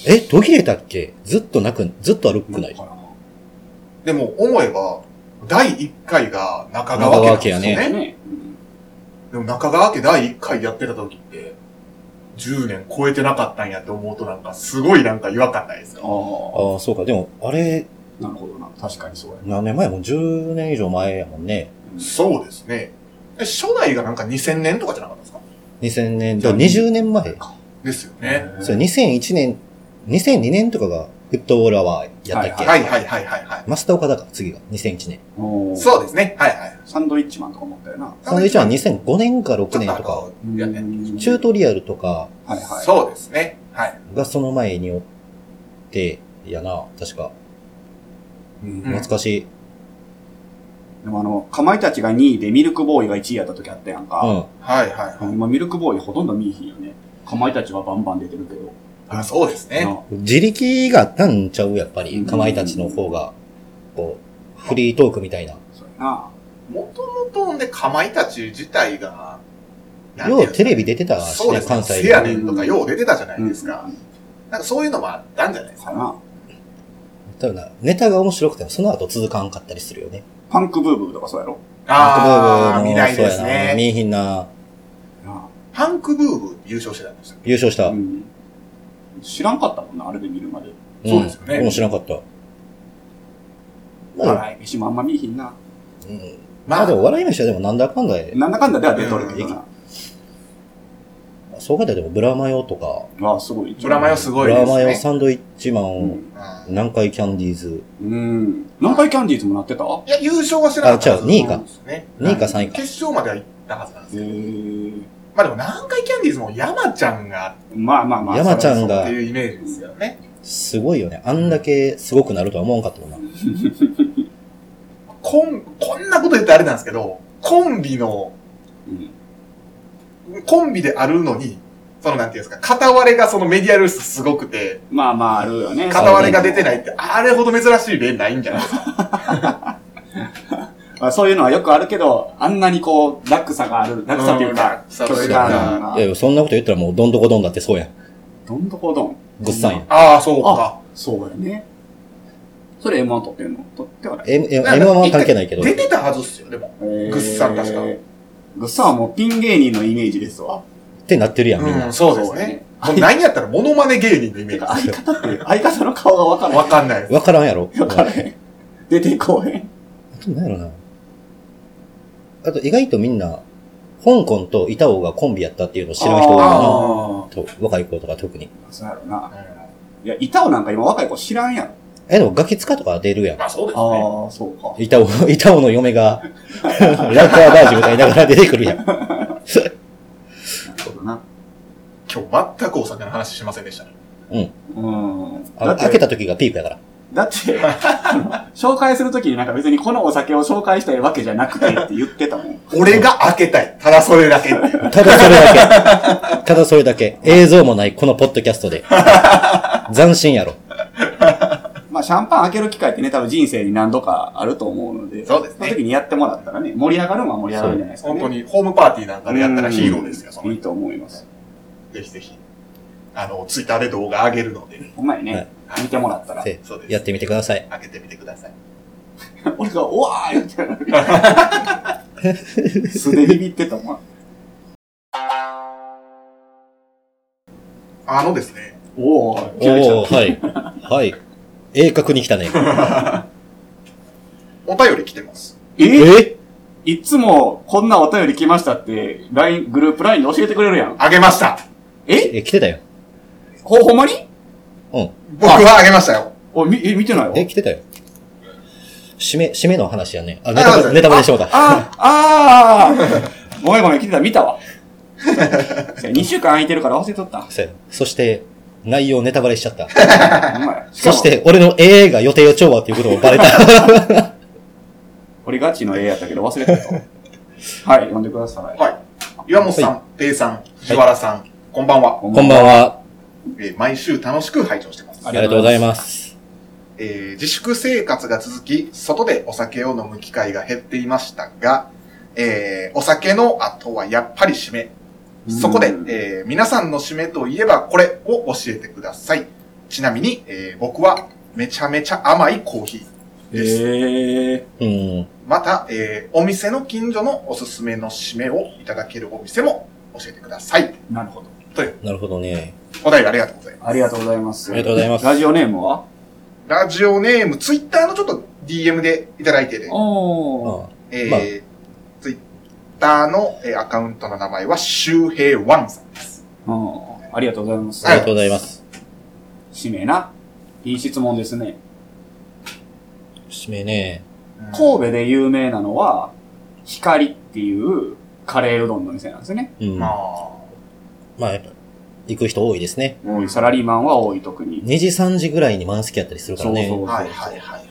B: え、途切れたっけずっとなく、ずっと歩くない。
C: でも思えば、第一回が中川家なんですよね。
B: 中川家や
D: ね。うん
C: でも中川家第一回やってた時って、10年超えてなかったんやって思うとなんかすごいなんか違和感ないです
D: あ
C: か
D: あ、
B: ああ、そうか。でも、あれ、
D: なるほどな。確かにそうや。
B: 何年前もう10年以上前やもんね。
C: そうですね。え初代がなんか2000年とかじゃなかったですか
B: 2000年、だから20年前。
C: ですよね。
D: えー
B: そう、2001年、2002年とかがフットボールアワーやったっけ、
C: はいはいはいはいはい。
B: マスター岡田か、次が、2001年。
D: おー
C: そうですね。はいはい。
D: サンドイッチマンとか思ったよな。
B: サンドイッチは2005年か6年とか、
C: やね
B: チュートリアルとか
D: はいはい。
C: そうですね。はい。
B: がその前におって、やな、確か。
D: うん
C: うん
B: 懐かしい。
D: でもあの、かまいたちが2位でミルクボーイが1位やった時あったやん
B: う
D: か。
B: ん。
C: はいはいはい。
D: 今ミルクボーイほとんど見えひんよね。かまいたちはバンバン出てるけど。
C: あそうですね。
D: な
B: 自力があったんちゃうやっぱ
D: う
B: り。
D: ん
B: かまいたちの方が、こう、フリートークみたいな。
D: そうやな。
C: もともとほんで、かまいたち自体が、なんて
B: よ
C: いう
B: うテ
C: レ
B: レビ出てたし
C: そう
B: ね
C: で、すね。
B: 関
C: せ
B: 西
C: や
B: で。
C: ねんとかよう出てたじゃないですか。
D: うん。
C: なんかそういうのもあったんじゃないです
D: そ
C: か。
D: うやな。
B: 多分な、ネタが面白くてもその後続かんかったりするよね。
D: パンクブーブーとかそうやろ。
C: ああ、
B: ブーブー
C: 未
B: も
C: 来です
B: そうやな。
C: ね。
B: 見えひんな。
D: な
C: パンクブーブー優勝してたんでしたっけ
B: 優勝した。
D: う
B: うん
D: ん知らんかったもんな、あれで見るまで。
C: そうですよね
B: 面白かった。まあ、
D: 笑い飯もあんま見えひんな。
B: うん。ま
C: ま
B: あ
C: あ
B: で、も笑い飯はでもなんだかんだで、
D: なんだかんだでは出とるけどな。
B: そうかでもブラマヨとか、
D: わあ、すごい。
C: ブラマヨすご
B: ブ
C: いです
B: ラ
C: ね。
B: マヨ、サンドイッチマ
D: う
B: ン、
D: ん。
C: うん
B: 南海キャンディーズ、
D: うん。南海キャンディーズもなってた
C: いや、優勝はしてなかったはず
B: あ違う二位か
C: なんですね。
B: 2位か3位
C: 決
B: か。
C: 勝までは行ったはずなんです
D: へ
C: よ。
D: え。
C: まあでも、南海キャンディーズも山ちゃんが
D: まあまあまあ。
B: 山ちゃん
C: っ
B: が
C: て、いうイメージですよね。
B: すごいよね。あんだけすごくなるとは思わんかったもんな。
C: こん、こんなこと言ってあれなんですけど、コンビの、
D: うん
C: コンビであるのに、そのなんていうんですか、片割れがそのメディアルスすごくて、
D: まあまああるよね。
C: 片割れが出てないって、あれほど珍しい例ないんじゃないですか。
D: あそういうのはよくあるけど、あんなにこう、落差がある。落差っていうか、
C: うん
D: 距離があ
B: いや
D: る
B: い
D: な。
B: や、そんなこと言ったらもうどんどこどんだってそうやん。
D: どんどこどん。
B: ごっさんやん。
C: ああ、そうか。
D: そうやね。それ M1 撮ってんの撮ってはない。
B: M、M、M1 は関係ないけど。
C: 出てたはずっすよ、でも。ぐ
D: ぐ
C: っさん確か
D: ぐっさんはもうピン芸人のイメージですわ。
B: ってなってるやん、みん
C: う
B: な。
C: ん、そうですね。もう何やったらモノマネ芸人のイメ
D: てか
C: ージ
D: (laughs) 相方って、相方の顔がわから
C: わ
D: な
C: かんないです。
B: わからんやろ。
D: い。わからへん。出てこへん。
B: あとなんやろな。あと意外とみんな、香港と板尾がコンビやったっていうのを知らん人多い
D: あ
B: よ
C: あ
B: な。と若い子とか特に。
D: ーそうやろな。
C: あ。
D: いや、板尾なんか今若い子知らんやろ。
B: え、でもガキ使とか出るやん。
C: まあそうですね。
D: ああ、そうか。
B: 板尾、板尾の嫁が、 (laughs) ラッカーバージンみたいながら出てくるやん。
D: そうだな。
C: 今日全くお酒の話しませんでしたね。
D: うん。
B: あの開けた時がピークやから。
D: だって、あの紹介するときになんか別にこのお酒を紹介したいわけじゃなくてって言ってたもん。
C: 俺が開けたい。ただそれだけっていう。
B: ただそれだ (laughs) け。ただそれだけ。映像もないこのポッドキャストで。斬新やろ。
D: まあシャンパン開ける機会ってね、多分人生に何度かあると思うので、
C: そうですね
D: の時にやってもらったらね、盛り上がるのは盛り上がるんじゃないですかね。
C: 本当にホームパーティーなんかでやったらヒーローですよ、そ
D: うん
C: の
D: いいと思います。
C: ぜひぜひ。あの、ツイッターで動画上げるので、
D: お前
B: は
D: ね
B: い、
D: 見てもらったら、
B: せ
C: そうです
B: やってみてください。
C: 開けてみてください。
D: 俺が、おわーってなる素でビビってたもん。
C: あのですね、
D: おー、切れちゃ
B: お
D: っ
B: ー、はい。はい。鋭角に来たね。
C: お便り来てます。
D: た。え
B: え
D: いつもこんなお便り来ましたって、LINE、グループ LINE で教えてくれるやん。
C: あげました
D: え
B: え、来てたよ。
D: ほ、ほんまに
B: うん。
C: 僕はあげましたよ。
D: お、み、え、見てないわ。
B: え、来てたよ。締め、締めの話やね。あ、ネ
C: あ
B: タ
C: そ
B: バ
C: う
B: レ、ネタバレしてもうた。
D: あ、ああごめんごめん、聞いてた、見たわ。2週間空いてるから忘れとった。
B: そうやそして、内容ネタバレしちゃった。
D: ほんまやし
B: そ
D: かも
B: して、俺の AA が予定予調和っていうこともバ (laughs) レた。
D: 俺ガチの絵やったけど忘れてたわ。はい、読んでください。
C: はい。岩本さん、ペイさん、藤原さん、こんばんは。
D: こ
B: こんばん
D: は。
B: は。
C: えー毎週楽しく拝聴してます
B: あ。りがとうございます。
C: えー自粛生活が続き、外でお酒を飲む機会が減っていましたが、えーお酒の後はやっぱり締め。そこで、
D: うん
C: えー皆さんの締めといえばこれを教えてください。ちなみに、えー僕はめちゃめちゃ甘いコーヒーです。
D: へえ。
B: うん。
C: また、えーお店の近所のおすすめの締めをいただけるお店も教えてください。
D: なるほど。
B: なるほどね。
C: お便りありがとうございます。
D: ありがとうございます。
B: ありがとうございます
D: ラジオネームは
C: ラジオネーム、ツイッターのちょっと DM でいただいてて、
D: おー。
B: あ
C: えー
B: まあ
C: ツイッターの、えーアカウントの名前は、周平ワンさんです。
D: うん。ありがとうございます
B: あり。がとうございます。
D: 使命な。いい質問ですね。
B: 締めね。
C: こ
D: 神戸で有名なのは、光っていうカレーうどんの店なんですね。
B: う。
C: うんんま
B: ま
C: あ、
B: あ、やっぱ、行く人多いですね。
D: 多いサラリーマンは多い特に。
B: 2時3時ぐらいに満席やったりするからね。
D: そうそう
C: はいはいはいはい。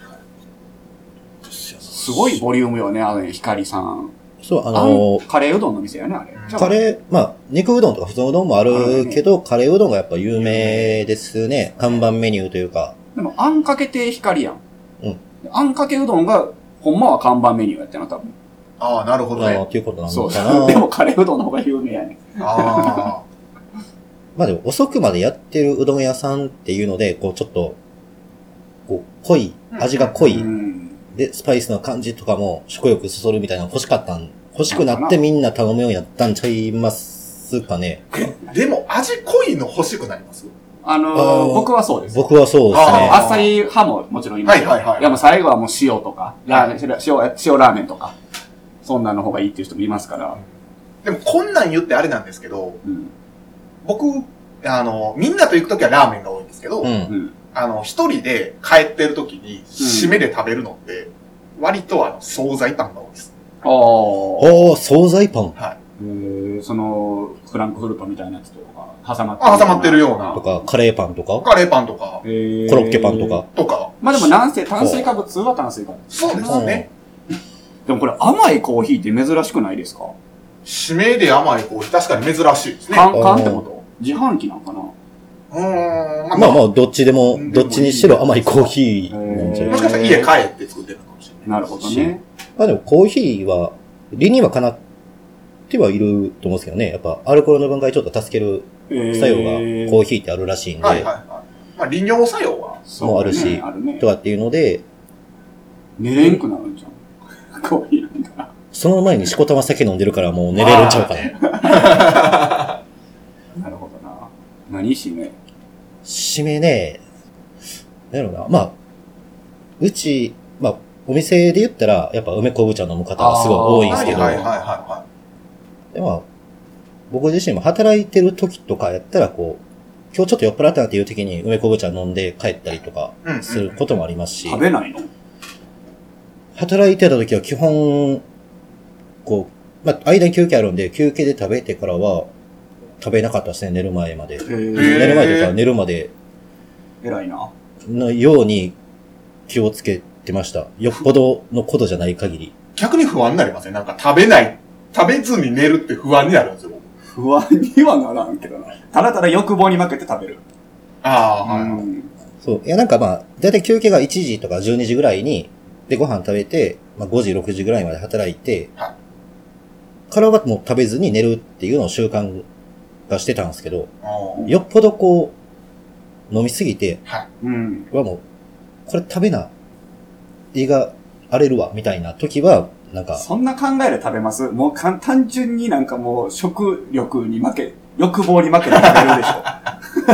D: すごいボリュームよね、あのね、ヒカリさん。
B: そう、あ
D: あ
B: の
D: の、カレーうどんの店やね、あれ。
B: カレー、まあ、肉うどんとか普通のうどんもあるけど、カレーうどんがやっぱ有名ですね。看板メニューというか。
D: でも、あんかけて光やん。
B: うん
D: あんかけうどんが、ほんまは看板メニューやったな、多分。
C: ああ、なるほど
B: あの、
C: ね。
B: っていうことな
D: そ
B: の
D: う
B: か
D: そう。で (laughs)
B: な。
D: も、カレーうどんの方が有名やね。
C: あ
B: まあでも、遅くまでやってるうどん屋さんっていうので、こう、ちょっと、こう、濃い、味が濃
D: う
B: い。
D: ん。
B: で、スパイスの感じとかも食欲そそるみたいなの欲しかったん、欲しくなってみんな頼むようになったんちゃいますかね。
C: あ。 (laughs) でも、味濃いの欲しくなります
D: あのー
B: あー
D: 僕はそうです。
B: 僕はそうですね
C: あ。
D: あっさり派ももちろんいますよ。
C: はいはいはい
D: や、もう最後はもう塩とか、ラーメン、塩、塩ラーメンとか、そんなの方がいいっていう人もいますから。
C: でも、こんなん言ってあれなんですけど、
D: うん。
C: 僕、あの、みんなと行くときはラーメンが多いんですけど、
B: うん。
D: うん。
C: あの、一人で帰ってるときに、締めで食べるのって、割とあの、惣菜パンが多いです。
D: ああ。
B: おー、惣菜パン
C: はい。
D: えー、その、フランクフルパンみたいなやつとか、挟まって
C: あ挟まってるような
B: とか、カレーパンとか、
C: カレーパンとか、
D: えー
B: コロッケパンとか。。
C: とか、
D: まあでも、なんせ炭水化物は炭水化物。
C: そうですね。
D: でもこれ甘いコーヒーって珍しくないですか
C: 締めで甘いコーヒー、確かに珍しいですね。
D: 缶、缶ってこと自販機なんかな
C: うーん、ま
B: まあまあ、どっちでも、どっちにしろ甘いコーヒーなんじゃ
D: あ
B: ない
C: もしかしたら家帰って作ってるのかもしれない。
D: なるほどね。
B: まあでもコーヒーは、理にはかなってはいると思うんですけどね。やっぱアルコールの分解ちょっと助ける作用がコーヒーってあるらしいんで、
C: はいはいはい。まあ、利尿作用は。
D: ヒ
B: もあるし
D: あるね
B: と。かっていうので、
D: 寝れんくなるんじゃん。 (laughs) コーヒーなんか。
B: その前にしこたま酒飲んでるからもう寝れるんちゃうか
C: まあ
B: な。
C: ね
D: なるほどな。何しね。
B: 締めね、なんやろうな。まあ、うち、まあ、お店で言ったら、やっぱ梅昆布茶飲む方がすごい多いんで
C: は
B: すけ
C: い
B: ど、
C: はいはいはいは
B: でまあ、僕自身も働いてる時とかやったら、こう、今日ちょっと酔っ払ったなっていう時に梅昆布茶飲んで帰ったりとか
C: い。うん、うん。
B: することもありますし、
D: 食べないの
B: 働いてた時は基本、こう、まあ、間に休憩あるんで、休憩で食べてからは、食べなかったですね、寝る前まで。
C: へー
B: 寝る前というか、寝るまで
D: 偉いな。
B: のように気をつけてました。よっぽどのことじゃない限り。
C: 逆に不安になりません、なんか食べない、食べずに寝るって不安になるんですよ、僕
D: 不安にはならんけどな。ただただ欲望に負けて食べる。
C: ああ、はい。
D: うん。
B: そう。いや、なんかまあ、だいたい休憩が1時とか12時ぐらいに、で、ご飯食べて、まあ、5時、6時ぐらいまで働いて、
C: は
B: からはもう食べずに寝るっていうのを習慣化してたんですけど、
C: あー
B: よっぽどこう、飲みすぎて、
D: うん。
B: はもう、これ食べな、胃が荒れるわ、みたいな時は、なんか、
D: そんな考えで食べますもう簡単純になんかもう食欲に負け、欲望に負けて食べるでしょ。 (laughs)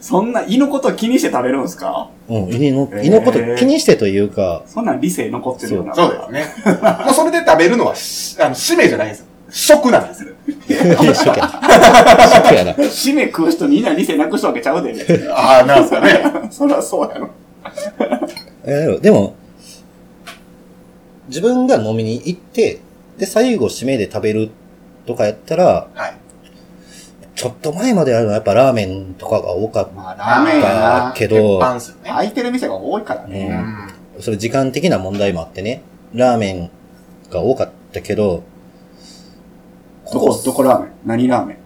D: そんな胃のこと気にして食べるんですか
B: うん、胃の、
D: えー
B: 胃のこと気にしてという
D: (laughs)
B: か、
D: そんなん理性残ってるような。
C: そうですね。 (laughs) まあ、それで食べるのはし、あの、使命じゃないんですよ。食なんですよ。
B: 一生懸命。やな。
D: 締め食う人みんな理性なくしたわけちゃうで。 (laughs)
C: ああ、なんですかね。
D: そりゃそうやろ。
B: えーでも、自分が飲みに行って、で、最後締めで食べるとかやったら、
C: はい。
B: ちょっと前まであるのはやっぱラーメンとかが多かっ
D: まあラ
C: ーメンや
B: なけど
C: 鉄板っすよね。
D: 空いてる店が多いから
C: う
D: ね。
C: ん。
B: た。それ時間的な問題もあってね、ラーメンが多かったけど、
D: どこ、どこラーメン何ラーメ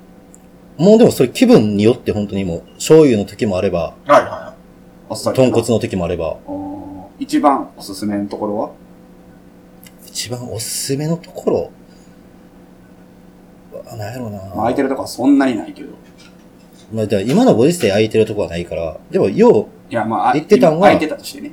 D: ン
B: もうでもそれ気分によって本当にもう、醤油の時もあれば、
C: はいはいは
D: あっさり。
B: 豚骨の時もあれば、
D: おー。一番おすすめのところは
B: 一番おすすめのところ、あなんやろうな
D: まあ空いてるとこはそんなにないけど。
B: まあ、だから今のご時世空いてるとこはないから、でも、よ
D: いや、まあ、
B: 言ってたんは
D: 空いてたとしてね。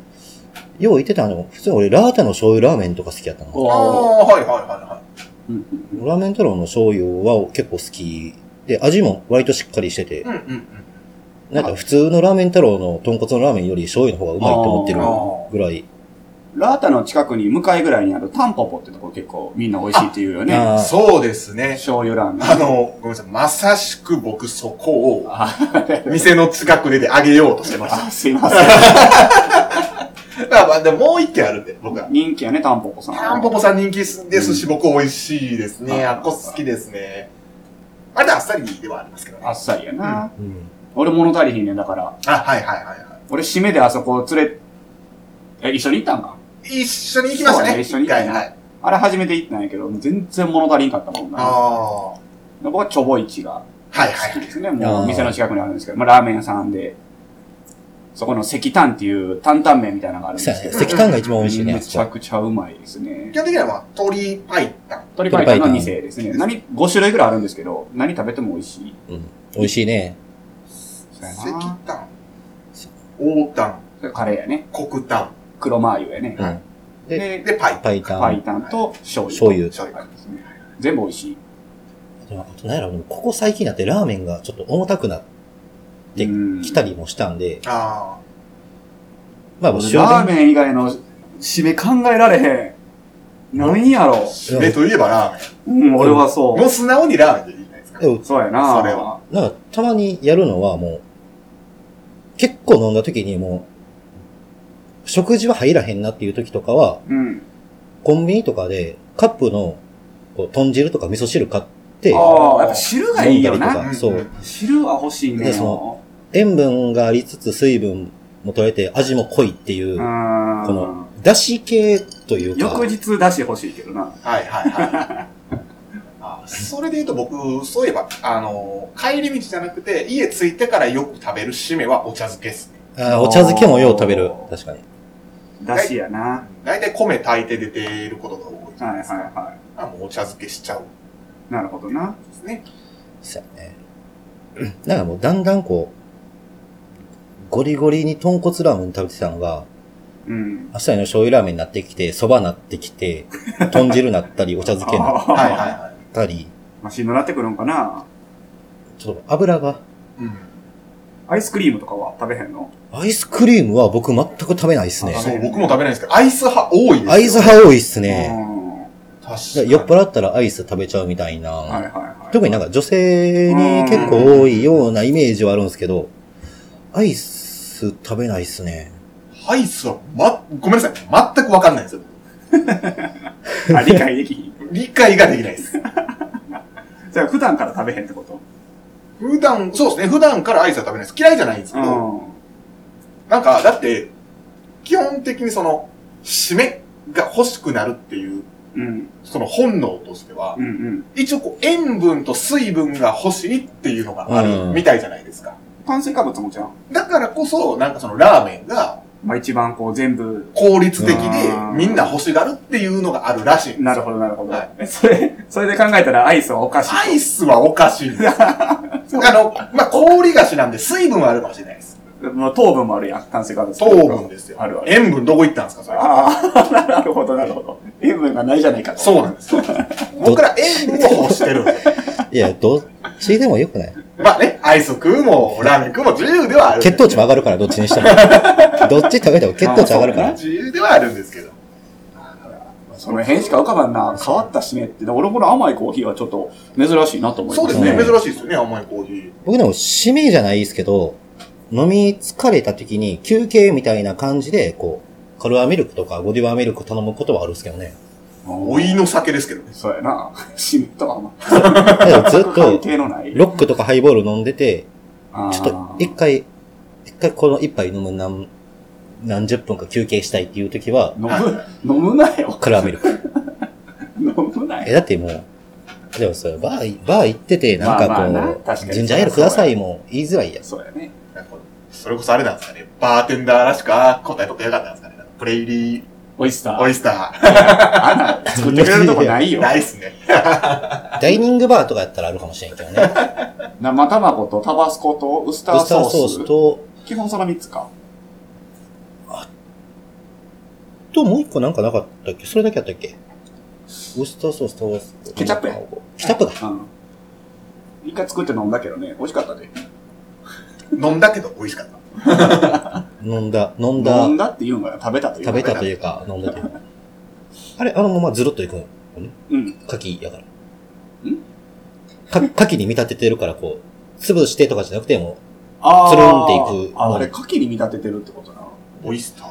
B: う、よう言ってたのも、普通に俺、ラータの醤油ラーメンとか好きやったの。
C: い。ああ、はいはいはいはい。
D: うんうん
B: ラーメン太郎の醤油は結構好き。で、味も割としっかりしてて
C: う、んうんうん。
B: なんか普通のラーメン太郎の豚骨のラーメンより醤油の方がうまいと思ってるぐらい。
D: ラータの近くに向かいぐらいにあるタンポポってとこ結構みんな美味しいって言うよね。
B: あー
C: そうですね。
D: 醤油ラーメン。
C: あの、ごめんなさい。まさしく僕そこを、
D: あ
C: 店の近くでであげようとしてまし
D: あ、すいません。
C: た。まあまあ、でももう一軒あるんで、僕は。
D: 人気やね、タンポポさん。
C: タンポポさん人気ですし、僕美味しいですね。あっこ好きですね。あれであっさりではありますけどね。
D: あっさりやな。
B: うん
D: 俺物足りひんねん、だから。
C: あ、はいはいはいはい。
D: 俺締めであそこ連れ、え、一緒に行ったんか
C: 一緒に行きました
D: そう
C: ね。
D: ね一緒に
C: はいはい。
D: あれ初めて行ったんやけど、もう全然物足りんかったもん
C: あ
D: な。
C: あ。は
D: 僕はチョボイチが
C: いはい
D: 好き
C: はい。
D: ですね。
B: あ
D: も
B: ー
D: う店の近くにあるんですけど、まあラーメン屋さんで、そこの石炭っていう担々麺みたいなのがあるん
B: そ
D: で
B: うや
D: す
B: ね
D: けど、
B: 石炭が一番美味しいね。
D: めちゃくちゃうまいですね
C: 基。本的には、まあ、鳥パイタン。
D: 鳥パイタンの2世ですね。何、5種類ぐらいあるんですけど、何食べても美味しい。
B: うん。美味しいね。
D: そうや
C: 石
D: な。
C: 炭。黄炭。
D: それカレーやね。
C: 黒炭。
D: 黒マー油やね
B: う。ん。で
D: で、
C: で、パイ。
B: パイタン。
D: パイタンと醤油。
B: 醤油。
C: 醤油
D: ありますね全部美味しい。
B: でもあと何やろ、でもここ最近になってラーメンがちょっと重たくなっで
D: うん
B: 来たりもしたんで、
C: あ
B: まあもう塩
D: ラー
B: で、
D: メン以外の締め考えられへん。何やろ
C: あ。で、といえばラーメ
D: うん、俺はそ
C: ン。もう素直にラーメンでいいじゃないですか。
B: でも
D: う。そうやな。
C: それは。
B: なんかたまにやるのはもう、結構飲んだ時にもう、食事は入らへんなっていう時とかは、
D: うん。
B: コンビニとかでカップのこう豚汁とか味噌汁買って、
D: ああ、やっぱ汁がいいよ
B: 飲んだり
D: な。
B: とかそう
D: 汁は欲しいね。
B: でその塩分がありつつ水分も取れて味も濃いっていうう、
D: ん。
B: この、出汁系というか、
D: 翌日出して欲しいけどな。
C: はいはいはい。 (laughs) あそれで言うと僕、そういえば、あの、帰り道じゃなくて、家着いてからよく食べる締めはお茶漬けっすね。
B: あーお茶漬けもよう食べる。確かに。
D: 出しやな。
C: 大体米炊いて出てることが多いじゃ
D: はい
C: ないで
D: はい
C: すか。
D: は
C: あもうお茶漬けしちゃう
D: い。なるほどな。
C: んですね。
B: そうやね。なんかもうだんだんこう、ゴリゴリに豚骨ラーメン食べてたのが、
D: うん。
B: 明日の醤油ラーメンになってきて、蕎麦なってきて、豚汁なったり、お茶漬けになっ
C: はいはい
D: い。
C: は
B: たり、
D: マシンのなってくるんかな。
B: ちょっと油が、
C: い。うん。
D: アイスクリームとかは食べへんの
B: アイスクリームは僕全く食べないですね
D: あ。
C: そう、僕も食べないんですけど、アイス派多いですよ。
B: アイス派多いっすね。
C: 確かに。
B: 酔っ払ったらアイス食べちゃうみたいな。
D: うん。はいはいはい。
B: 特になんか女性に結構多いようなイメージはあるんですけど、アイス食べないっすね。
C: アイスは、ま、ごめんなさい。全くわかんないんですよ。
D: あ、理解できひん。
C: 理解ができないです。
D: じゃあ普段から食べへんってこと
C: 普段、そうですね。普段からアイスは食べないです。嫌いじゃないんですけ
D: う
C: ど、
D: ん。
C: なんか、だって、基本的にその、締めが欲しくなるっていう、
D: うん。
C: その本能としては
D: う、んうん。
C: 一応こう、塩分と水分が欲しいっていうのがあるみたいじゃないですか。
D: 炭水化物もちゃん。
C: だからこそ、なんかそのラーメンが
D: まあ一番こう全部。
C: 効率的で
D: う、ん
C: みんな欲しがるっていうのがあるらしいんですよ
D: なるほどなるほど
C: はい。
D: えそれ、それで考えたらアイスはおかしい。
C: アイスはおかしいんです
D: (laughs)
C: よあの、まあ、氷菓子なんで水分はあるかもしれないです。
D: もう糖分もあるやん。炭水化物。
C: 糖分ですよ。
D: あるある。
C: 塩分どこ行ったんですか、それ。
D: ああ、なるほどなるほど。塩分がないじゃないかと。
C: そうなん
D: (laughs)
C: ですよ。僕ら塩分を欲してるんで。
B: いや、どっちでもよくない
C: まあね、アイス食うも、ラーメン食うも自由ではあるんです
B: 血
C: けど。
B: 糖値も上がるから、どっちにして
D: (laughs)
B: も。どっち食べても血糖値上がるから。
C: 自由ではあるんですけど。
D: その辺しか浮かばんな。変わったしねって。俺この甘いコーヒーはちょっと珍しいなと思い
C: そう
D: ま
C: ですす
D: ね。
C: ね、珍しいですよね、甘いコーヒー。
B: 僕でも、締めじゃないですけど、飲み疲れた時に休憩みたいな感じで、こう、カルアミルクとかボディバーミルク頼むことはあるんですけどね。
C: おいの酒ですけどね。
D: そうやな。 (laughs) 締めとはま
B: だからずっ
D: 全く関
B: と、
D: 係のな
B: (laughs)
D: い。
B: ロックとかハイボール飲んでて、
D: あー
B: ちょっと一回、一回この一杯飲む何、何十分か休憩したいっていう時は、
D: 飲む、 (laughs) 飲むなよ。
B: カルアミルク。
D: 飲むな
B: え、
D: よ。
B: だってもう、でもそれ、バー、バー行ってて、なん
D: まあまあな
B: かこ
D: 確か
B: う、
D: に
B: ジンジャーエールくださいも言いづらいやん
D: そうやね。
C: なんかそれこそあれなんですかね、バーテンダーらしく、あー答えとってよかったんですかね。なんかプレイリー、
D: オイスター。
C: オイ
D: ス
C: スター。
D: ター。 (laughs) あんな作ってくれるとこないよ。
C: ないっすね。
B: ダイニングバーとかやったらあるかもしれんけ
D: (laughs)
B: どね。ウ
D: 生卵とタバスコとウスター
B: スター
D: ソ
B: ソー
D: ー
B: ス
D: ス。
B: と、
D: 基本その3つか。
B: ともう一個なんかなかったっけそれだけやったっけウスターソースと、
D: ケチャップや
B: ケチャップだ。
D: うん。一回作って飲んだけどね、美味しかったで。
C: 飲んだけど美味しかった。
B: 飲んだ、飲んだ
D: 飲ん、だっていうのが食べたというか
B: 食べたというか、飲ん
D: (laughs)
B: だというか。あれ、あのままずるっといくの
D: うん。
B: 牡蠣やから。か牡蠣に見立ててるから、こう、潰してとかじゃなくても、
D: あー
B: つるんっていく
D: ああれ、牡蠣に見立ててるってことな。
C: オイスター。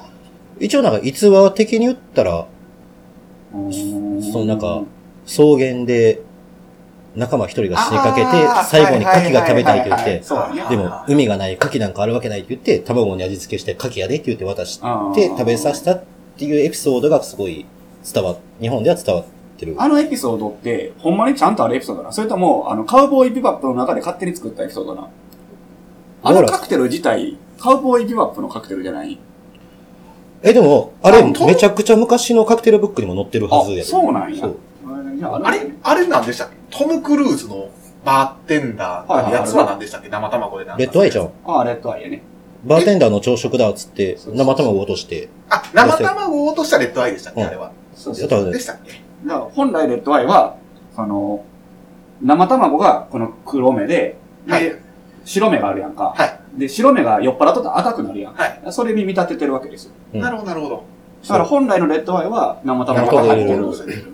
B: 一応なんか逸話的に言ったら、
D: そ
B: そのなんか、草原で仲間一人が死にかけて
D: あー、
B: 最後に牡蠣が食べたいと言
D: は
B: っ
D: はは
B: て
D: は、そうだね。
B: でも、海がない、牡蠣なんかあるわけないって言って、卵に味付けして、牡蠣やでって言って渡し
D: あー
B: て、食べさせたっっていうエピソードがすごい伝わっ、日本では伝わってる。
D: あのエピソードって、ほんまにちゃんとあるエピソードな。それとも、あの、カウボーイビバップの中で勝手に作ったエピソードな。あ
B: ど
D: の
B: うなん
D: カクテル自体、カウボーイビバップのカクテルじゃない
B: え、でも、あ
C: あ
B: れ、
C: と
B: めちゃくちゃ昔のカクテルブックにも載ってるはずや
D: あそうなんや
B: そう。
D: じゃあ
C: あれ、あれなんでしたっけトム・クルーズのバーテンダーのやつは何でしたっけ生卵でなんか
B: レッドアイじゃん。
D: あ、レッドアイやね。
B: バーテンダーの朝食だっつって、
D: そうそうそう
B: 生卵を落として。
C: あ、生卵を落としたレッドアイでしたっけあれは。
D: そうそ
B: や
D: う
B: ったはず
C: で
B: です
C: したっけ
D: だから本来レッドアイは、その、生卵がこの黒目で、で、
C: はい
D: 白目があるやんか。
C: は
D: で、白目が酔っ払っとったら赤くなるやん。
C: はい
D: それに見立ててるわけですよ。
B: うん
C: なるほど、なるほど。
D: だから本来のレッドアイは生卵が入ってる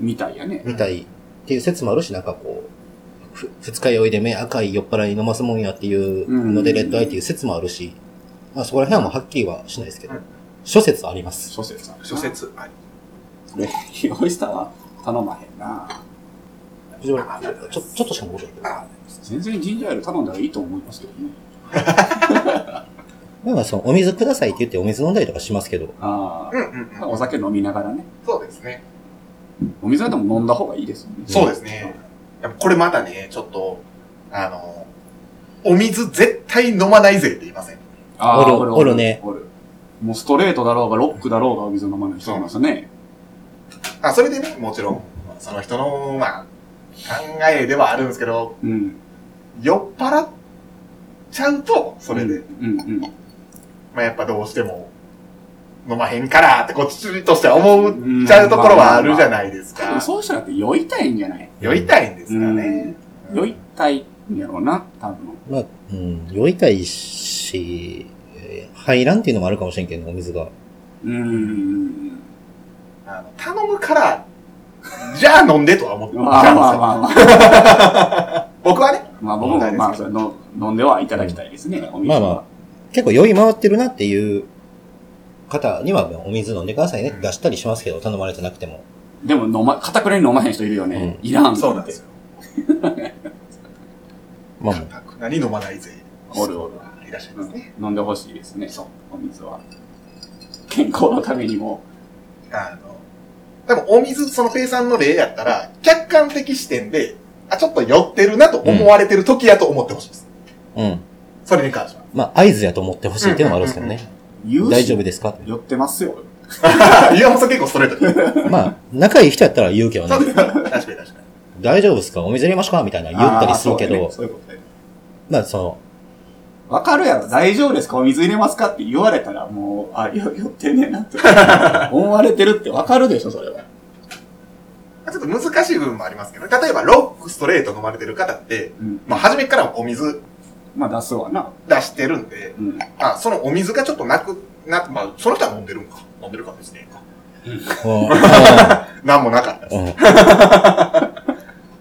D: みたいやね。
B: みたいっていう説もあるし、なんかこう、ふ二日酔いで目赤い酔っ払いに飲ますもんやっていうので、
D: うん
B: レッドアイっていう説もあるし、まあそこら辺はもうはっきりはしないですけど
C: うん、
B: 諸説あります。
D: 諸説あるな
C: 諸。説あり。
D: これ、オイスターは頼まへんな。
B: 非常にちょ、ちょっとしか残ってないけど。
D: 全然ジンジャーエール頼んだらいいと思いますけどね。
B: まあまあその、お水くださいって言ってお水飲んだりとかしますけど、
D: あ
C: うんうん
D: あ。
C: うん。
D: お酒飲みながらね。
C: そうですね。
D: お水はでも飲んだ方がいいですよね。
C: そうですね。やっぱこれまたね、ちょっと、あの、お水絶対飲まないぜって言いません。
D: あー
B: おるおるね。
D: おる。もうストレートだろうが、ロックだろうが、お水飲まない人いますね。
C: あ、それでね、もちろん、その人の、まあ、考えではあるんですけど、
D: うん。
C: 酔っ払っちゃうと、それで、
D: うんうん。
C: まあやっぱどうしても、飲まへんからってこっちとしては思っちゃうところはあるじゃないです
D: でも
C: か。
D: そうしたらって酔いたいんじゃない
C: 酔いたいんですかね。うん
D: 酔いたいんやろうな、多分。
B: まあ、うん、酔いたいし、えー入らんっていうのもあるかもしれんけど、お水が。
D: うん。
C: あの頼むから、じゃあ飲んでとは思って
D: まあま (laughs) あまあまあ。
C: 僕はね、
D: まあ僕も、まあそれの飲んではいただきたいですね。お水
B: ま
D: は
B: あまあ、結構酔い回ってるなっていう方にはお水飲んでくださいねって出したりしますけど、頼まれてなくても。
D: でも飲ま、かたくれに飲まへん人いるよね。いらん。
C: そうなんですよ。
B: まあもう
C: かくなに飲まないぜ。
D: おるおる。
C: いらっしゃいますね。
D: 飲んでほしいですね。
C: そう。
D: お水は。健康のためにも。
C: あの、でもお水、そのペイさんの例やったら、客観的視点で、あ、ちょっと酔ってるなと思われてる時やと思ってほしいです。
B: うん。
C: それに関しては。
B: まあ、合図やと思ってほしいっていうのもあるんですけどね。
D: 言うし
B: 大丈夫ですか (laughs) って
D: 酔ってますよ。
C: 岩本さん (laughs) 結構ストレートに。
B: まあ、仲いい人やったら言うけどね
C: そ、うですね。確かに確かに。
B: 大丈夫ですかお水入れましょうかみたいな言ったりするけ
D: あー
B: ど、
D: そうだねそういうことね
B: まあ、その、
D: わかるやろ、大丈夫ですかお水入れますかって言われたら、もう、あ、よ、酔ってんねえな
B: (laughs)
D: って。思われてるってわかるでしょ、それは。
C: ちょっと難しい部分もありますけど、例えばロックストレート飲まれてる方って、
D: うん。
C: まあ初めからお水
D: まあ出すわな。
C: 出してるんで、
D: うん。
C: あ、そのお水がちょっとなく、な、まあその人は飲んでるんか。飲んでるか別に。
B: うん
C: なんもなか
B: (laughs)
C: ったです。
B: うん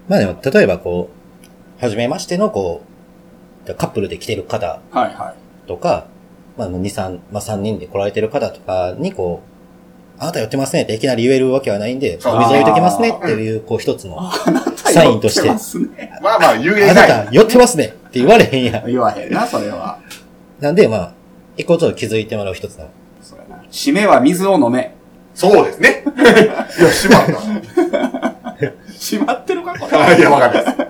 B: まあでも、例えばこう、初めましてのこう、カップルで来てる方
D: はいは
B: とか、まあ2、3、まあ3人で来られてる方とかにこう、あなた寄ってますねっていきなり言えるわけはないんで、
C: そう
B: お水置いときますねっていう、こう一つの、あ
D: い。
B: サインとして
D: 酔ってますね
C: まあまあ言え
B: な
C: ない。
B: た寄ってますねって言われへんやん。
D: 言わへんな、それは。
B: なんでまあ、一個ちょっと気づいてもらう一つの。
D: そうやな。締めは水を
C: (laughs)
D: 飲め。
C: そうですね。いや、しまった。
D: 閉まってるかこ
C: あい
D: (laughs)
C: や、わかん
D: る。
C: ないで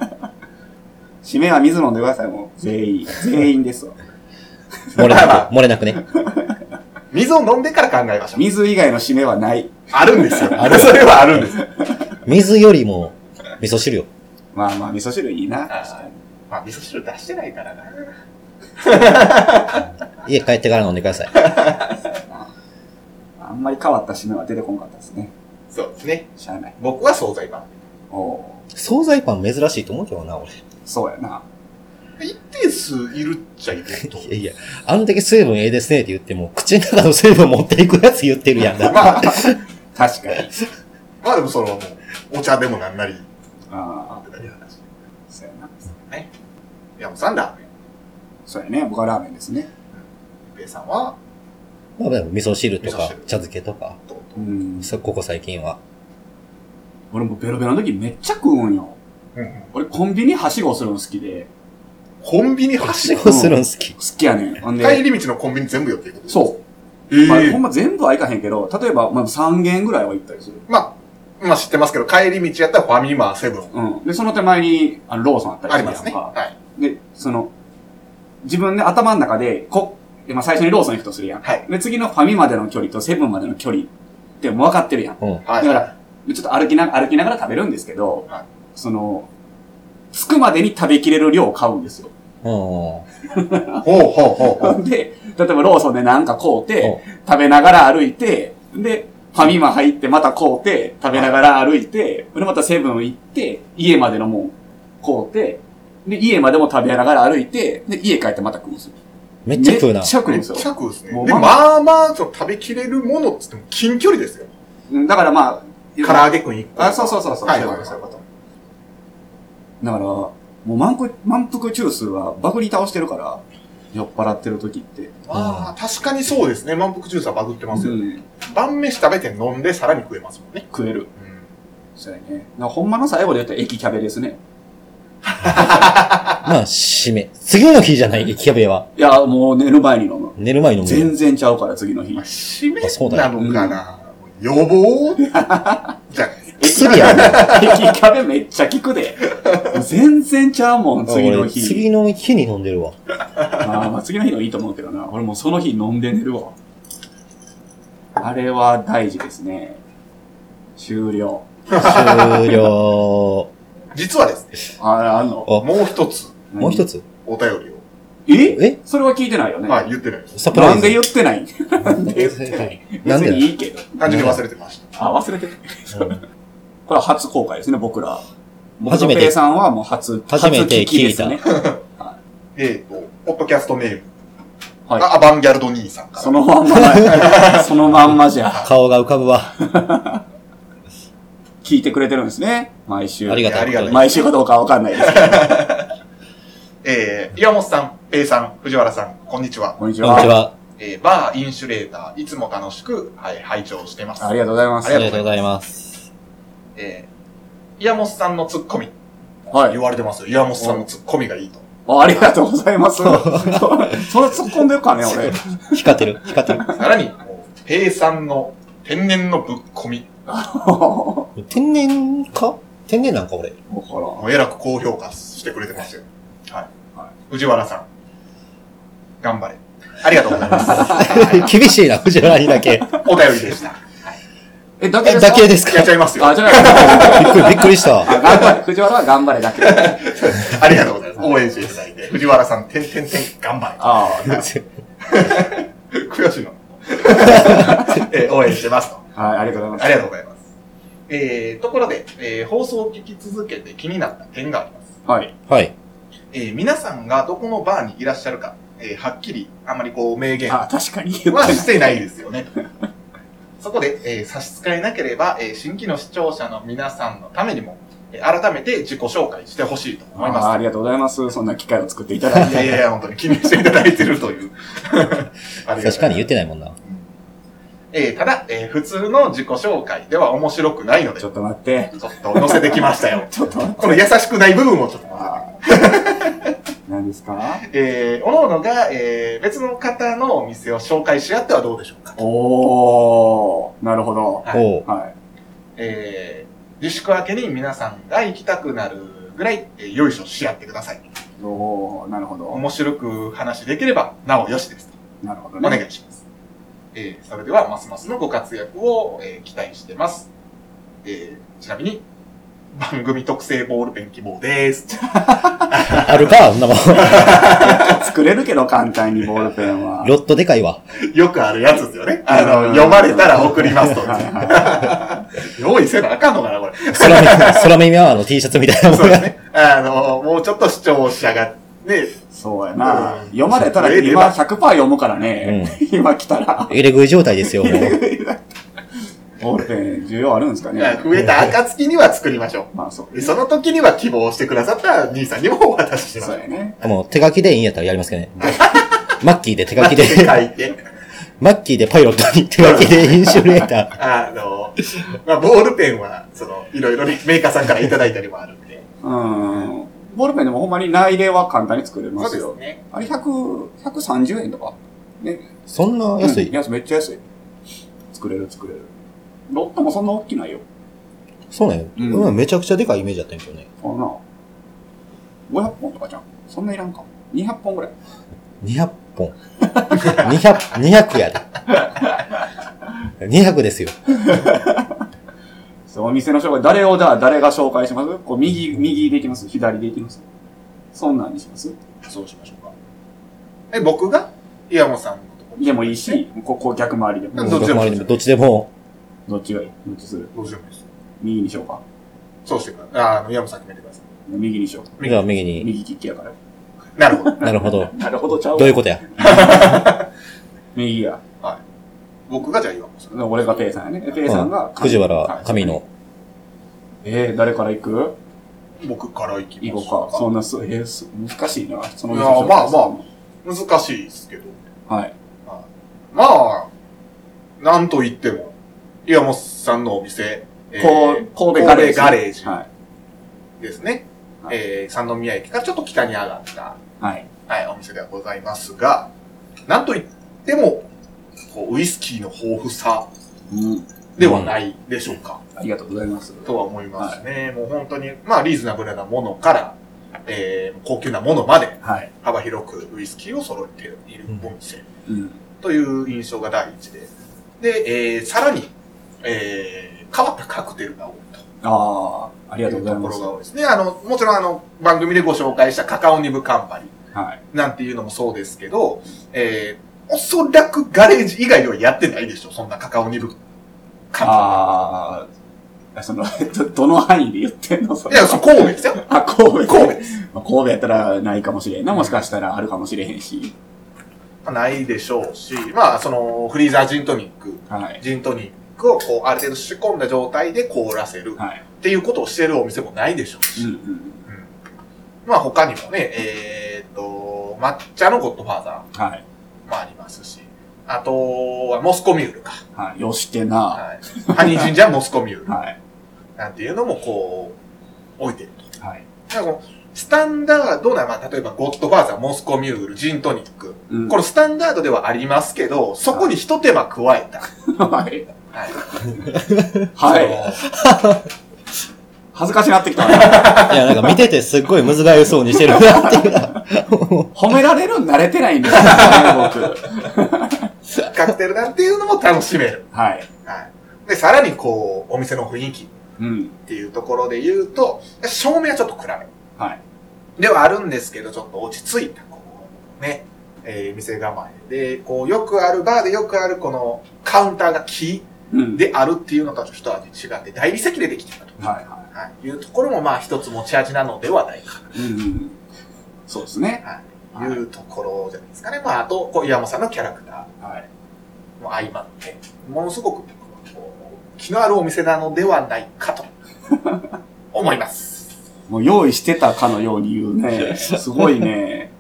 C: す。
D: 締めは水飲んでください、もう。全員。全員ですわ。
B: 漏れなく、漏れなくね。
C: 水を飲んでから考えましょう。
D: 水以外の締めはない。
C: あるんですよ。
B: あ
C: (laughs)
B: る
C: それはあるんです。
B: 水よりも、味噌汁よ。
D: まあまあ、味噌汁いいな。
C: あーまあ、味噌汁出してないからな。
B: 家帰ってから飲んでください。
D: あんまり変わった締めは出てこんかったですね。
C: そうですね。
D: しゃあない。
C: 僕は惣菜パン。
D: おー
B: 惣菜パン珍しいと思うけどな、俺。
D: そうやな。
C: 一定数いるっちゃいると。
B: いやいや、あんだけ水分ええですねって言っても、口の中の水分持っていくやつ言ってるやんだ。
C: まあ、
D: 確かに。
C: まあでもその、もうお茶でもなんなり、
D: ああ、
C: っていう話。
D: そうやな。
C: いや、もうサンダーね、
D: そうやね。僕はラーメンですね。
C: ペイさんは、
B: まあでも味噌汁と
C: 味噌
B: か
C: 汁、
B: 茶漬けとか、
D: うん。
B: そここ最近は。
D: 俺もベロベロの時めっちゃ食うんよ。俺コンビニはしごするの好きで、
C: コンビニ走
B: 仕
C: る
B: 事するん好き。
D: 好きやねん。ほん
C: 帰
D: で、
C: り道のコンビニ全部寄っていく。
D: そう。
C: ええ
D: まあ、ほんま全部はいかへんけど、例えば、まあ、3軒ぐらいは行ったりする。
C: まあ、まあ知ってますけど、帰り道やったらファミマ、セブン。
D: うん。で、その手前に、あの、ローソンあったり
C: あり
D: と
C: ま
D: か
C: すね。はい。
D: で、その、自分で頭の中で、こ、まあ、最初にローソン行くとするやん。
C: はい。
D: で、次のファミまでの距離とセブンまでの距離ってもう分かってるやん。
B: うん。
C: は
D: だ
C: い。
D: から、ちょっと歩きな、歩きながら食べるんですけど、
C: はい
D: その、着くまでに食べきれる量を買うんですよ。
B: うん。
C: ほうほうほうほう。
D: で、例えばローソンでなんか買うて、食べながら歩いて、で、ファミマ入ってまた買うて、食べながら歩いて、で、またセブン行って、家までのもん買うて、で、家までも食べながら歩いて、で、家帰ってまた食うんですよ。
B: めっちゃ食うな。
D: めっちゃ食うん
C: めっ
D: ですよ。
C: ちゃ食うですね。
D: もう
C: で、
D: まあ
C: まあまあ、その食べきれるものっつっても近距離ですよ。
D: うんだからまあ、
C: 唐揚げくん一個。
D: あ、そうそうそうそう。
C: はい
D: そういうことそういうこと。だから、もう満腹、満腹中枢はバグり倒してるから、酔っ払ってる時って。
C: ああ、確かにそうですね。満腹ジュースはバグってますよね。
D: うん
C: 晩飯食べて飲んでさらに食えますもんね。
D: 食える。
C: うん
D: そうやね。だからほんまの最後で言ったら駅キャベですね。
B: まあ、締め。次の日じゃない、駅キャベは。
D: いや、もう寝る前に飲む。
B: 寝る前に飲む。
D: 全然ちゃうから、次の日
C: まあ、。締め
B: あそうだ
C: な
B: よ
C: のかな、予防じゃない
B: (laughs)
C: ですか。
B: 薬やね。
D: 駅キャベめっちゃ効
B: (laughs)
D: くで。全然ちゃうもん、次の
B: 俺
D: 日。
B: 次の日に飲んでる
D: (laughs)
B: わ。
D: あーまあ次の日のいいと思うけどな。俺もうその日飲んで寝るわ。あれは大事ですね。終了。
B: 終了。
C: 実はですね、
D: あ、あんの
B: あ
C: もう一つ
B: もう一
D: つ。
B: つ
C: お便りを、
D: え
B: え
D: それは聞いてないよね。
C: はい、言ってないです。
B: サプラ
D: な
B: イ
D: ん
B: ズ
D: で。言ってないん
B: (laughs)
D: なんで言ってない
B: なんで
D: 別にいいけど。
C: 単純に忘れてました。
D: あ、忘れてた。これは初公開ですね、僕ら。
B: 初めて
D: 僕とペイさんはもう初、
B: 初めて聞いた
D: 初聞きですね。
C: えっ、と、ポッドキャストネーム、
D: はい
C: あアバンギャルド兄さんから
D: そ。のま (laughs) んま、そのまんまじゃ、
B: 顔が浮かぶわ。
D: 聞いてくれてるんですね。毎週。
B: ありが
C: いやあ
B: た
C: り
B: い
C: がた
B: こと
C: い
B: に。
D: 毎週かどうかはわかんないですけど。
C: えー、岩本さん、ペイさん、藤原さん、こんにちは。
D: こんにち
B: こんにち
D: は。
B: は。
C: えー、バーインシュレーター、いつも楽しく、はい、拝聴してます。
D: ありがとうございます。
C: あ
B: あ
C: り
B: り
C: がと
B: がと
C: う
B: う
C: ござ
B: ござ
C: い
B: います。
C: えー、岩本さんのツッコミ、
D: はい
C: 言。われてますよ。岩本さんのツッコミがいいと。
D: あありがとうございます。 (laughs) それ突っ込んでるかね、俺。
B: 光ってる、光って
D: (laughs)
B: る。
C: さらに、ペイさんの天然のぶっこみ、
D: わ
B: 天然か天然なんか俺。
D: からん
C: もうえらく高評価してくれてますよ。はい。
D: は
C: 藤原さん、頑張れ。ありがとうございます。
B: 厳しいな、藤原にだ
D: (laughs)
B: け。
C: お便りで (laughs) した。
D: (laughs) え、だけ
B: え
D: ですか
B: だけですか
C: やっ
B: び
C: ちゃいますよ。
D: あ、
C: あ
D: じゃあ、
B: っくり、びっくりした。
D: あ頑張れ。藤原は頑張れだけ。
C: りがとうございます。応援していただいて。藤原さん、てんてんてん、頑張
D: あ
C: れ。悔 (laughs) しいな。えー応援してますと。
D: あ。はい、ありがとうござ
C: あ
D: い
C: りがとうございます。えー、ところで、えー放送を聞き続けて気になった点があります。
D: ます。はい。
B: はい。
C: えー皆さんがどこのバーにいらっしゃるか、えーはっきり、あまりこう、明言
D: あ、確かに言っ
C: は
D: て
C: してないですよ
B: (laughs)
C: ね。そこで、えー差し支えなければ、えー新規の視聴者の皆さんのためにも、えー改めて自己紹介してほしいと思い
D: あー
C: ま
D: ありがとうございます。そんな機会を作っていただい
C: す。い
D: て。
C: やいやいや、本当に気にしていただいてると
B: (laughs)
C: いう。ありがとうございます
B: 確かに言ってないもんな。
C: えーただ、えー普通の自己紹介では面白くないので、
D: ち
C: ち
D: ょ
C: ょ
D: っと待って。
C: っと載せてきましたよ。
D: ちょっと待って。 (laughs)
C: この優しくない部分をちょっと載せて
D: あー何ですか
C: えー、おのおのが、えー別の方のお店を紹介し合ってはどうでしょうか。
D: おー、なるほど。
C: はい
B: おう。
D: は
C: えー自粛明けに皆さんが行きたくなるぐらい、えー、よいしょし合ってください。
D: い。おー、なるほど。
C: 面白く話できれば、なおよしです。
D: なるほど
C: お
D: ね。
C: 願いします。えーそれでは、ますますのご活躍を、えー期待してます。えーちなみに、番組特製ボールペン希望です。 (laughs)
B: あるかあんなもん。
D: 作れるけど、簡単にボールペンは。
B: ロットでかいわ。
C: よくあるやつですよね。あ
D: う
C: の、
D: ん
C: 読まれたら送りますと。
D: はいは (laughs)
C: 用意せなあかんのかな、これ。
B: 空耳、 (laughs) 空耳アワーの T シャツみたいなもん
C: そうです
B: が。
C: ね。 (laughs) あの、もうちょっと視聴者が、ね、
D: い。そうやな
C: うん。
D: 読まれたら、今100%読むからね。今来たら。
B: 入れ食い状態ですよ、もう。
D: ボールペン、需要あるんですかね。
C: 増えた暁には作りましょ
D: まあ、そう。
C: う。その時には希望してくださった兄さんにもお渡ししまし
D: そ
C: ょ
D: う
C: う。
D: やね。
B: もう手書きでいいんやったらやりますけどね。マッキーで手書きで、
C: 書いて、
B: マッキーでパイロットに手書きでインシュレー
C: (laughs)
B: タ
C: あの、まあ、ボールペンは、その、いろいろね、メーカーさんからいただいたりもあるんで。
D: うん。ボールペンでもほんまに内入れは簡単に作れますよ。
C: ね。
D: あれ100、130円とかね、
B: そんな安い、
D: うん安いめっちゃ安い。作れる作れる。ロットもそんな大きないよ。
B: そうなんや。
D: うん
B: 俺はめちゃくちゃでかいイメージだったんやけどね。
D: あのな。500本とかじゃん。そんないらんか。200本ぐらい。
B: 200本。200、200やで。200ですよ。
D: そのお店の紹介、誰をじゃあ誰が紹介しますこう右、右でいきます左でいきますそんなんにしますそうしましょうか。
C: え、僕が岩本さんのとこ。
D: でもいいし、ここう逆回りで
C: う
D: も。
C: んどっちでも
B: 周りどっちでも。
D: どっちがいいどっちする
C: どうしようもいいです。
D: 右にしようか。
C: そうしてください。ああの、岩本さん決めてくださ
D: 右にしよう。
B: じゃあ右に。
D: 右利きやから。
C: い。なるほど。
B: なるほど。
D: なるほどちゃうわ
B: どういうことや。
D: 右や。
C: 僕がじゃあ岩本さん。
D: 俺がペイさんやね。ペイさんが
B: うん藤
D: は
B: 原、
D: い
B: 神野。
D: えー、誰から行く
C: 僕からいき
D: (laughs) 行
C: まし
D: こうか。そ
C: ょ
D: んなす、えーす難しいな。その
C: いやーまあまうか。難しいですけど。
D: あ。はい。
C: まあ、なんと言っても、岩本さんのお店、えー
D: こう神戸ガレージ。
C: 神戸ガレージ
D: はい。
C: ですね。
D: はい
C: えー、三宮駅からちょっと北に上がった、
D: はい。
C: はい、お店ではございますが、なんと言っても、こうウイスキーの豊富さ
D: うん。
C: ではないでしょうか、
D: ありがとうございます。
C: とは思いますね。もう本当に、まあ、リーズナブルなものから、えー、高級なものまで
D: はい。
C: 幅広くウイスキーを揃えているお店
D: うん。
C: という印象が第一で。で、えー、さらに、えー、変わったカクテルが多いと。
D: ああ、ありがとうございま
C: と
D: す。
C: ころが多いですね。あの、もちろんあの、番組でご紹介したカカオニブカンパニ
D: はい。
C: ーなんていうのもそうですけど、えー、おそらくガレージ以外ではやってないでしょ、そんなカカオニブカンパ
D: ああ、その、 (laughs) ど、どの範囲で言ってんのそ
C: ニー。いや、そう、神戸ですよ。
D: あ、 (laughs) 神戸。
C: 神戸
D: 戸。まあ、神戸やったらないかもしれんな。もしかしたらあるかもしれへんし。
C: まあないでしょうし、まあ、その、フリーザージントニック、
D: はい。
C: ジントニックをこう、ある程度仕込んだ状態で凍らせる
D: はい。
C: っていうことをしてるお店もないでしょうし、
D: うんうん。
C: まあ他にもね、えー、っと、抹茶のゴッドファーザ
D: はい。
C: ーもありますし、あとはモスコミュールか。
D: はい。よしてな。
C: はい。ハニージンジャーモスコミュール。
D: はい。
C: なんていうのもこう、置いてると。
D: はい。
C: だからこうスタンダードな、まあ、例えば、ゴッドファーザー、モスコミュール、ジントニック。
D: うん。
C: これ、スタンダードではありますけど、そこに一手間加えた。
D: はい。
C: はい。
D: はい。
C: その
D: 恥ずかしなってきたな。
B: いや、なんか見ててすっごいむずがゆそうにしてるなっていうな。
D: 褒められるん慣れてないんですよ、ね、僕。
C: カクテルなんていうのも楽しめる。
D: はい。
C: はい。で、さらにこう、お店の雰囲気っ
D: うん。
C: ていうところで言うと、照明はちょっと暗め。
D: はい。
C: ではあるんですけど、ちょっと落ち着いた、こう、ね、えー店構えで、こう、よくある、バーでよくある、この、カウンターが木
D: うん。、
C: であるっていうのとはちょっと一味違って、大理石でできてたと、
D: はいは
C: はい、いうところも、まあ、一つ持ち味なのではないか
D: い。うんうん。そうですね。
C: というところじゃないですかね。まあ、あと、こう、岩間さんのキャラクタ
D: はい。
C: ーも相まって、ものすごく僕は、こう、気のあるお店なのではないかと、思います。
D: もう用意してたかのように言うね。すごいね。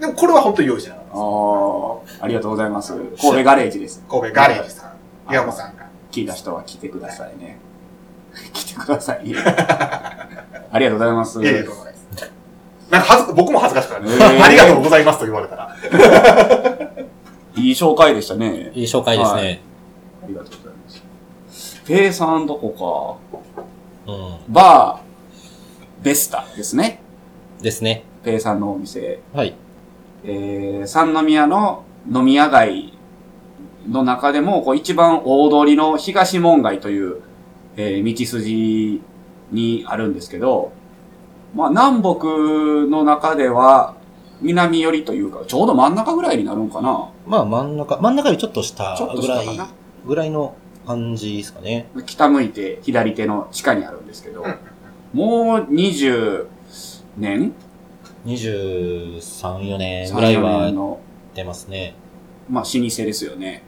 C: でも、これは本当に用意してなかった
D: ああ、ありがとうございます。神戸ガレージです。
C: です。神戸ガレージさん、岩間さんが。
D: 聞いた人は来てくださいね。来てくださ
C: (laughs)
D: いね。ありがとうございます。
C: いやいや、とんでもないです。なんか恥ず、僕も恥ずかしくなる、
D: えー
C: ありがとうございますと言われたら。
D: いい紹介でしたね。
B: いい紹介ですね。
D: ありがとうございます。ペイさんどこ
B: うん
D: か。バー、ベスタですね。
B: ですね。
D: ペイさんのお店。
B: はい。
D: えー、三宮の飲み屋街の中でも、こう一番大通りの東門街という、えー道筋にあるんですけど、まあ南北の中では南寄りというか、ちょうど真ん中ぐらいになるんかな。
B: まあ真ん中、真ん中よりちょっと下
D: ちょっと
B: ぐ
D: 下
B: ら
D: か
B: い
D: な、。
B: ぐらいの感じですかね。
D: 北向いて左手の地下にあるんですけど
C: うん、
D: もう20年
B: 23、4年ぐらいは
D: 34の、
B: 出ますね。
D: まあ老舗ですよね。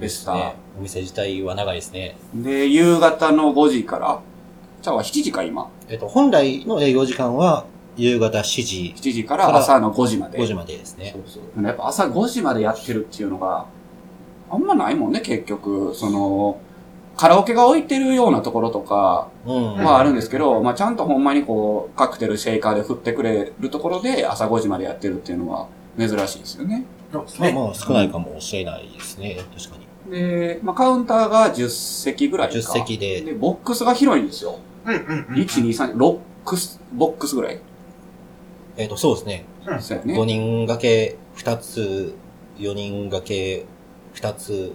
D: ベスター
B: ね。お店自体は長いですね。
D: で、夕方の5時から、じゃあ7時か今。
B: えっと、本来の営業時間は夕方7時、
D: 7時から朝の5時まで。
B: 5時までですね
D: そ。うそうでもやっぱ朝5時までやってるっていうのが、あんまないもんね、結局。その、カラオケが置いてるようなところとか
B: うん。
D: はあるんですけど、まあちゃんとほんまにこう、カクテル、シェイカーで振ってくれるところで朝5時までやってるっていうのは珍しいですよね。
C: そうです
B: まあ
C: ね。
B: まあ少ないかもしれないですね。確かに。
D: で、まあ、カウンターが10席ぐらいか。
B: 10席で
D: で、ボックスが広いんですよ。
C: うんうんうん。
D: 1、2、3、6ボックスぐらい。
B: えっ、と、そうですね。
D: そうや
B: 5
D: ね。
B: 人掛け2つ、4人掛け2つ、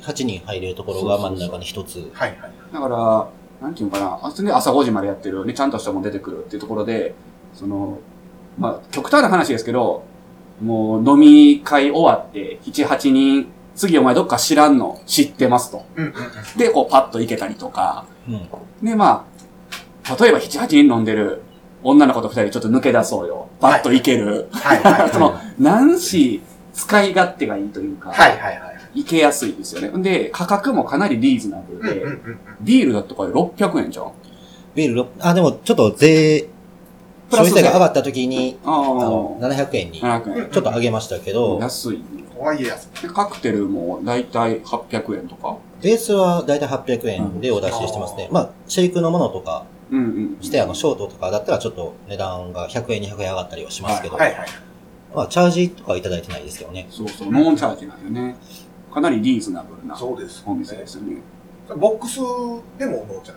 B: 8人入れるところが真ん中に1つ。
C: はいはい。
D: だから、なんていうのかな、あそれで朝5時までやってる、ね、ちゃんとしたもん出てくるっていうところで、その、まあ、極端な話ですけど、もう飲み会終わって、7、8人、次お前どっか知らんの知ってますと。
C: うんうんうん。
D: で、こうパッと行けたりとか、
B: うん。
D: で、まあ、例えば7、8人飲んでる、女の子と2人ちょっと抜け出そうよ。パッと行ける。
C: はいはいはい。
D: その、何し使い勝手がいいというか、
C: はいはいはい。
D: 行けやすいですよね。で、価格もかなりリーズナブ
C: うんうんう
D: ルで、
C: ん。
D: ビールだってこれ600円じゃん。
B: ビール六あ、でもちょっと税、
D: プ
B: 消
D: ラス
B: 費税が上がった時に、
D: あ
B: あの、
D: あ、
B: 700円にちょっ
D: 700円。
B: と上げましたけど、
D: 安い。
C: とはいえやす
D: で、カクテルもだいたい800円とか。
B: ベースはだいたい800円でお出ししてますね。まあ、シェイクのものとか、
D: うんうん。
B: して、あの、ショートとかだったらちょっと値段が100円、200円上がったりはしますけど、
C: はいはい。
B: まあ、チャージとかはいただいてないですけどね。
D: そうそう、ノンチャージなんよね。かなりリーズナブルな
C: そうです、
D: お店ですよね。
C: ボックスでも飲んじゃ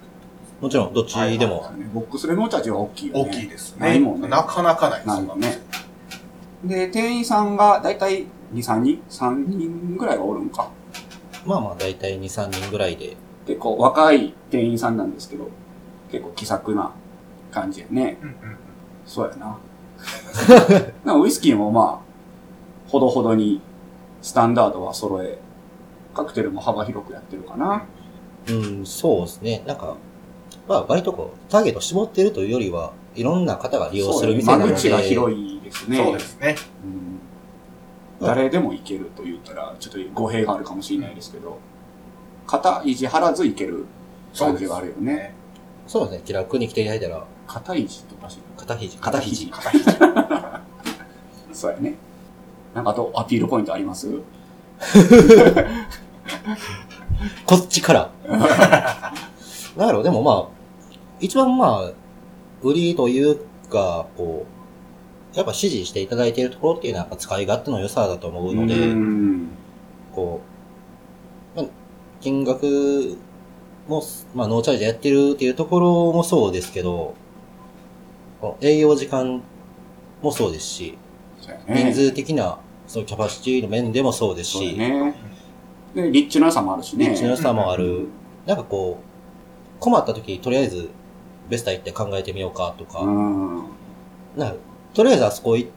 C: う。
B: もちろん、どっちでも。
D: ボックスでノンチャージは大きいよね。
C: 大きいですね。
D: ないもんね
C: なかなかないです
D: ないもんね。で、店員さんがだいたい2、3人 ?3 人ぐらいはおるんか。
B: まあまあ、だいたい2、3人ぐらいで。
D: 結構若い店員さんなんですけど、結構気さくな感じやね。
C: うんうん
D: そうやな。 (laughs) なんかウイスキーもまあ、ほどほどにスタンダードは揃え、カクテルも幅広くやってるかな。
B: うん、そうですね。なんか、まあ、割とこう、ターゲットを絞ってるというよりは、いろんな方が利用する店な
D: 間
B: ので、
D: 口が広いですね。
C: そうですね。
D: うん誰でも行けると言ったら、ちょっと語弊があるかもしれないですけど、肩維持張らず行ける
C: そう
D: 感
C: で
D: じ
C: す。
D: があるよね。。
B: そうですね。気楽に来ていただいたら、
D: 肩維持とかしら
B: 肩肘。
D: 肩肘。 (laughs)
C: 肩肘。
D: そうやね。なんかあとアピールポイントあります
B: こっち
D: (laughs)
B: から。なんだろう、でもまあ、一番まあ、売りというか、こう、やっぱ支持していただいているところっていうのはやっぱ使い勝手の良さだと思うので、
D: ん
B: こう、まあ、金額も、まあ、ノーチャージでやってるっていうところもそうですけど、この営業時間もそうですし、
D: そうやね。
B: 人数的な、そのキャパシティの面でもそうです
D: そうや
B: し、
D: ね。で、立地の良さもあるしね。
B: 立地の良さもあ
D: う
B: る
D: ん。
B: なんかこう、困った時、とりあえず、ベスタ行って考えてみようかとか、
D: うん。
B: なんかとりあえずあそこ行っ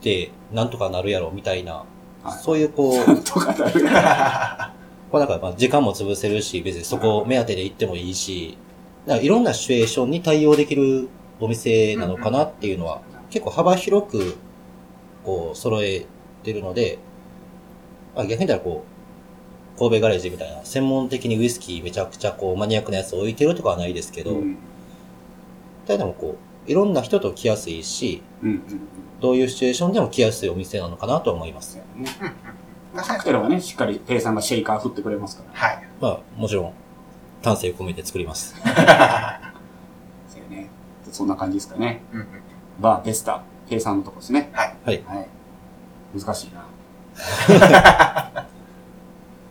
B: て、なんとかなるやろ、みたいな、
D: はい
B: そういうこう、
D: とかだね。
B: まあなんかまあ時間も潰せるし、別にそこ目当てで行ってもいいし、なんかいろんなシチュエーションに対応できるお店なのかなっていうのは、結構幅広く、こう、揃えてるので、まあ、逆に言ったらこう、神戸ガレージみたいな、専門的にウイスキーめちゃくちゃこう、マニアックなやつを置いてるとかはないですけ
D: う
B: ど、
D: ん。
B: ただでもこう、いろんな人と来やすいし、
D: うんうん。
B: どういうシチュエーションでも来やすいお店なのかなとは思います。
D: カクテルはね、しっかり店員さんがシェイカー振ってくれますから。
C: はい。
B: まあ、もちろん、丹精込めて作ります。
D: そうやね。そんな感じですかね。
C: うんうん
D: バー、ベスタ、ペイさんのとこですね。
C: はい。
B: はい
D: はい。難しいな。 (laughs)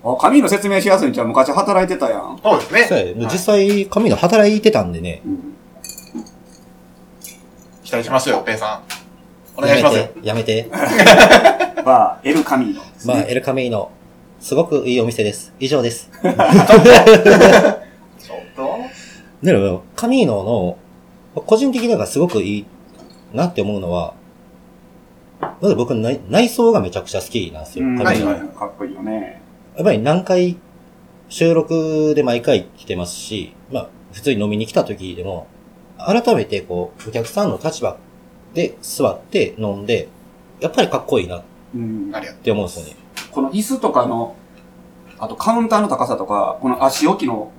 D: あ、紙の説明しやすいんちゃう昔働いてたやん。
C: そうですね。
B: そうやね実際、神野働いてたんでね、
D: うん。
C: 期待しますよ、ペイさん。お願いしますよ。
B: やめて。やめて。
D: バー、エルカミーノですね。
B: まあ、エルカメイの、すごくいいお店です。以上です。
C: ちょっと。
B: でも、カミーノの、個人的にはすごくいいなって思うのは、まず僕内、内装がめちゃくちゃ好きなんですよ。
D: うん
B: カ
D: は
B: ミ
D: い
B: ーノ
D: は
B: や
D: いはい。かっこいいよね。
B: っぱり何回、収録で毎回来てますし、まあ、普通に飲みに来た時でも、改めてこう、お客さんの立場で座って飲んで、やっぱりかっこいいなっ
D: うん
C: あ。りがと
B: て思うんですよね。
D: この椅子とかの、あとカウンターの高さとか、この足置きの、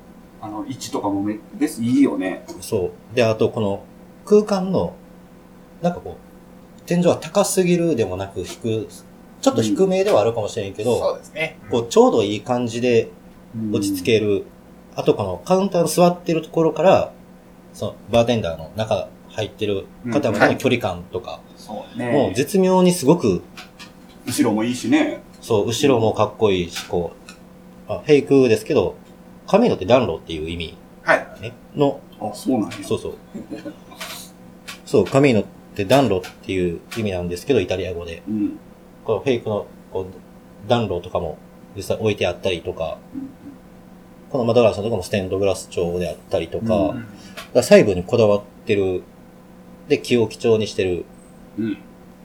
D: あの、位置とかもめ、です、いいよね。
B: そう。で、あと、この空間の、なんかこう、天井は高すぎるでもなく低、ちょっと低めではあるかもしれんけ
C: う。
B: ど、
C: そうですね。
B: こう、ちょうどいい感じで落ち着ける。あと、このカウンターの座ってるところから、その、バーテンダーの中入ってる方までの距離感とか、
D: そうね。
B: もう絶妙にすごく
D: 後ろもいいしね。
B: そう、後ろもかっこいいし、こう、あフェイクですけど、神野って暖炉っていう意味、
C: はい。
B: ね、の、
D: あ、そうなんや。
B: そうそう。そう、神野って暖炉っていう意味なんですけど、イタリア語で。
D: うん。
B: このフェイクのこう暖炉とかも実際置いてあったりとか、このマドラーさんとかもステンドグラス調であったりとか、
D: う
B: だから細部にこだわってる。で、木を基調にしてる。
D: うん。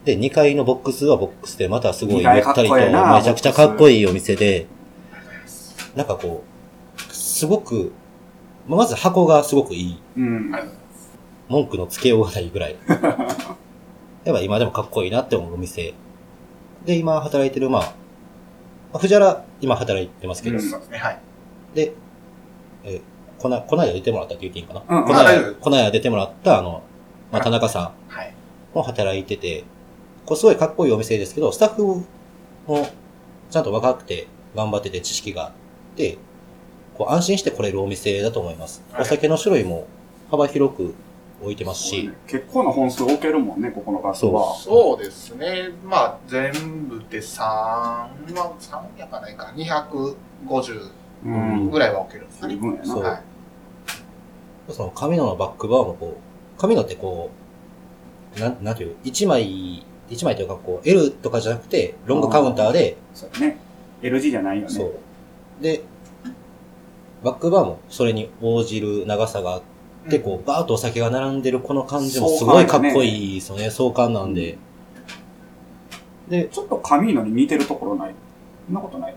B: で、2階のボックスはボックスで、またすごい
D: 二階
B: ゆったりと、
D: かっこええな
B: めちゃくちゃかっこいいお店で、なんかこう、すごく、まあまず箱がすごくいい。
D: うん。
C: はい
B: 文句のつけようがないぐ
C: (laughs)
B: らい。やっぱ今でもかっこいいなって思うお店。で、今働いてる、まあまあ、藤原、今働いてますけど、
D: うん
C: そうですね。はい。
B: で、えー、こな、こないだ出てもらったって言っていいんかな、
D: うん
B: こな
C: あ
B: い
C: 大丈
B: だ、
C: 夫
B: こないだ出てもらった、あの、まあ、田中さ
C: はい。
B: んも働いてて、こうすごいかっこいいお店ですけど、スタッフも、ちゃんと若くて、頑張ってて、知識があって、こう安心して来れるお店だと思います。
C: はい
B: お酒の種類も幅広く置いてますし、
D: 結構な本数置けるもんね、ここのガスは。
C: そうですね。まあ、全部で3は、3やかないか、250
D: う
B: うん
D: ん。
C: ぐらいは置けるんです
D: 十
C: ね。
D: 分やな。
B: そう
C: はい。
B: その紙野のバックバーもこう、紙野ってこう、なん、なんていう、一枚、一枚というかこう、L とかじゃなくて、ロングカウンターで、
D: そうやね。L 字じゃないよね。
B: そう。で、バックバーもそれに応じる長さがあって、こう、バーっとお酒が並んでるこの感じもすごいかっこいいですよね。壮観なんで。で、
D: ちょっと紙のに似てるところない。そんなことない。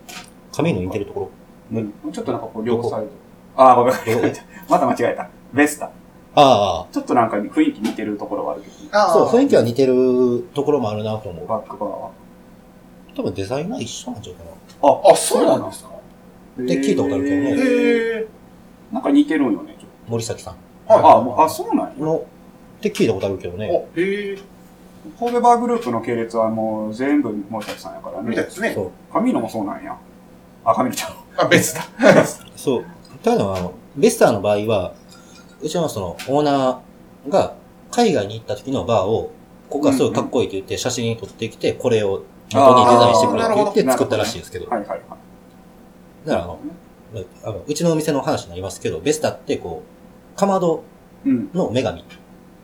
B: 紙野に似てるところ。
D: うん。ちょっとなんかこう、両サイド。ああ、ごめん。 (laughs)
B: どこ
D: また間違えた。ベスタ。
B: あ
D: ちょっとなんか雰囲気似てるところはあるけど、
C: あ
B: あ、
C: ー
B: そう、雰囲気は似てるところもあるなと思う。
D: バックバーは。
B: 多分デザインが一緒なんちゃうかな。
D: あ
C: あ、そうなんですか
B: で聞いたことあるけどね
C: へ
D: へー
C: え。
D: なんか似てるんよね、ちょっ
B: 森崎さん
D: と。あ、
C: は
D: もうあ、そうなんや。
B: の、って聞いたことあるけど
C: い。
B: ね。
C: お、へえ。
D: 神戸バーグループの系列はもう全部森崎さんやから
C: みたい
D: ね
C: で。すね
B: そ。う。
D: 神野もそうなんや。あ、神
B: (laughs)
D: 野ちゃん。
C: あ、別だ。
B: そう。ただ、あの、ベスターの場合は、うちのその、オーナーが、海外に行った時のバーを、ここがすごいかっこいいと言って、写真に撮ってきて、これを元にデザインしてくれって言って作ったらしいですけど。
D: はいはいはい。
B: だから、あの、あのうちのお店の話になりますけど、ベスタってこう、かまど
D: うん。
B: の女神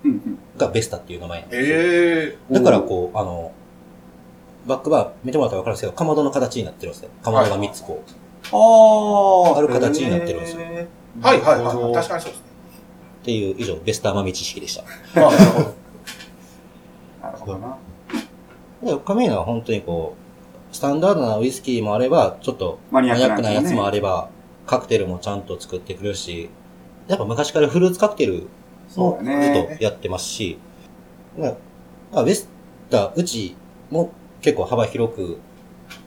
D: うんうん。
B: がベスタっていう名前なんですよ。
C: へえ。
B: だからこう、あの、バックバー見てもらったらわかるんですけど、かまどの形になってるんですよ。かまどが3つこう。
D: ああ。
B: ある形になってるんですよ
D: へー
C: はいはい
D: なるほ
C: はい。
D: ど
C: 確かにそうですね。
B: っていう以上、ベスタ豆知識でした。
C: あなるほど。
D: なるほどな。
B: で、カメーナは本当にこう、スタンダードなウイスキーもあれば、ちょっと
D: マニア
B: マニアック
D: ック
B: な
D: な
B: や
D: や
B: つ
D: つ
B: も
D: も
B: あ
D: ある。
B: れば、カクテルもちゃんと作ってくれるし、やっぱ昔からフルーツカクテル
D: そう
B: も
D: だ
B: ず
D: ね
B: っとやってますし、まあまあ、ウェスター、うちも結構幅広く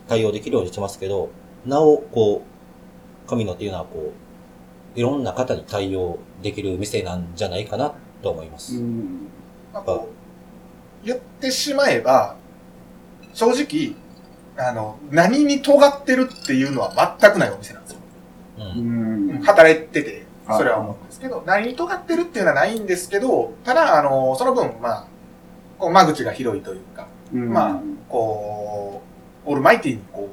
B: 対応できるようにしてますけど、なお、こう、神野っていうのはこう、いろんな方に対応できる店なんじゃないかなと思います。
D: うん。
C: なんかこう、言ってしまえば、正直、あの、何に尖ってるっていうのは全くないお店なんですよ。
B: う。
D: うんん。
C: 働いてて、それは思うんですけど、何に尖ってるっていうのはないんですけど、ただ、あの、その分、まあ、こう、間口が広いというか、
D: うん
C: まあ、こう、オールマイティにこ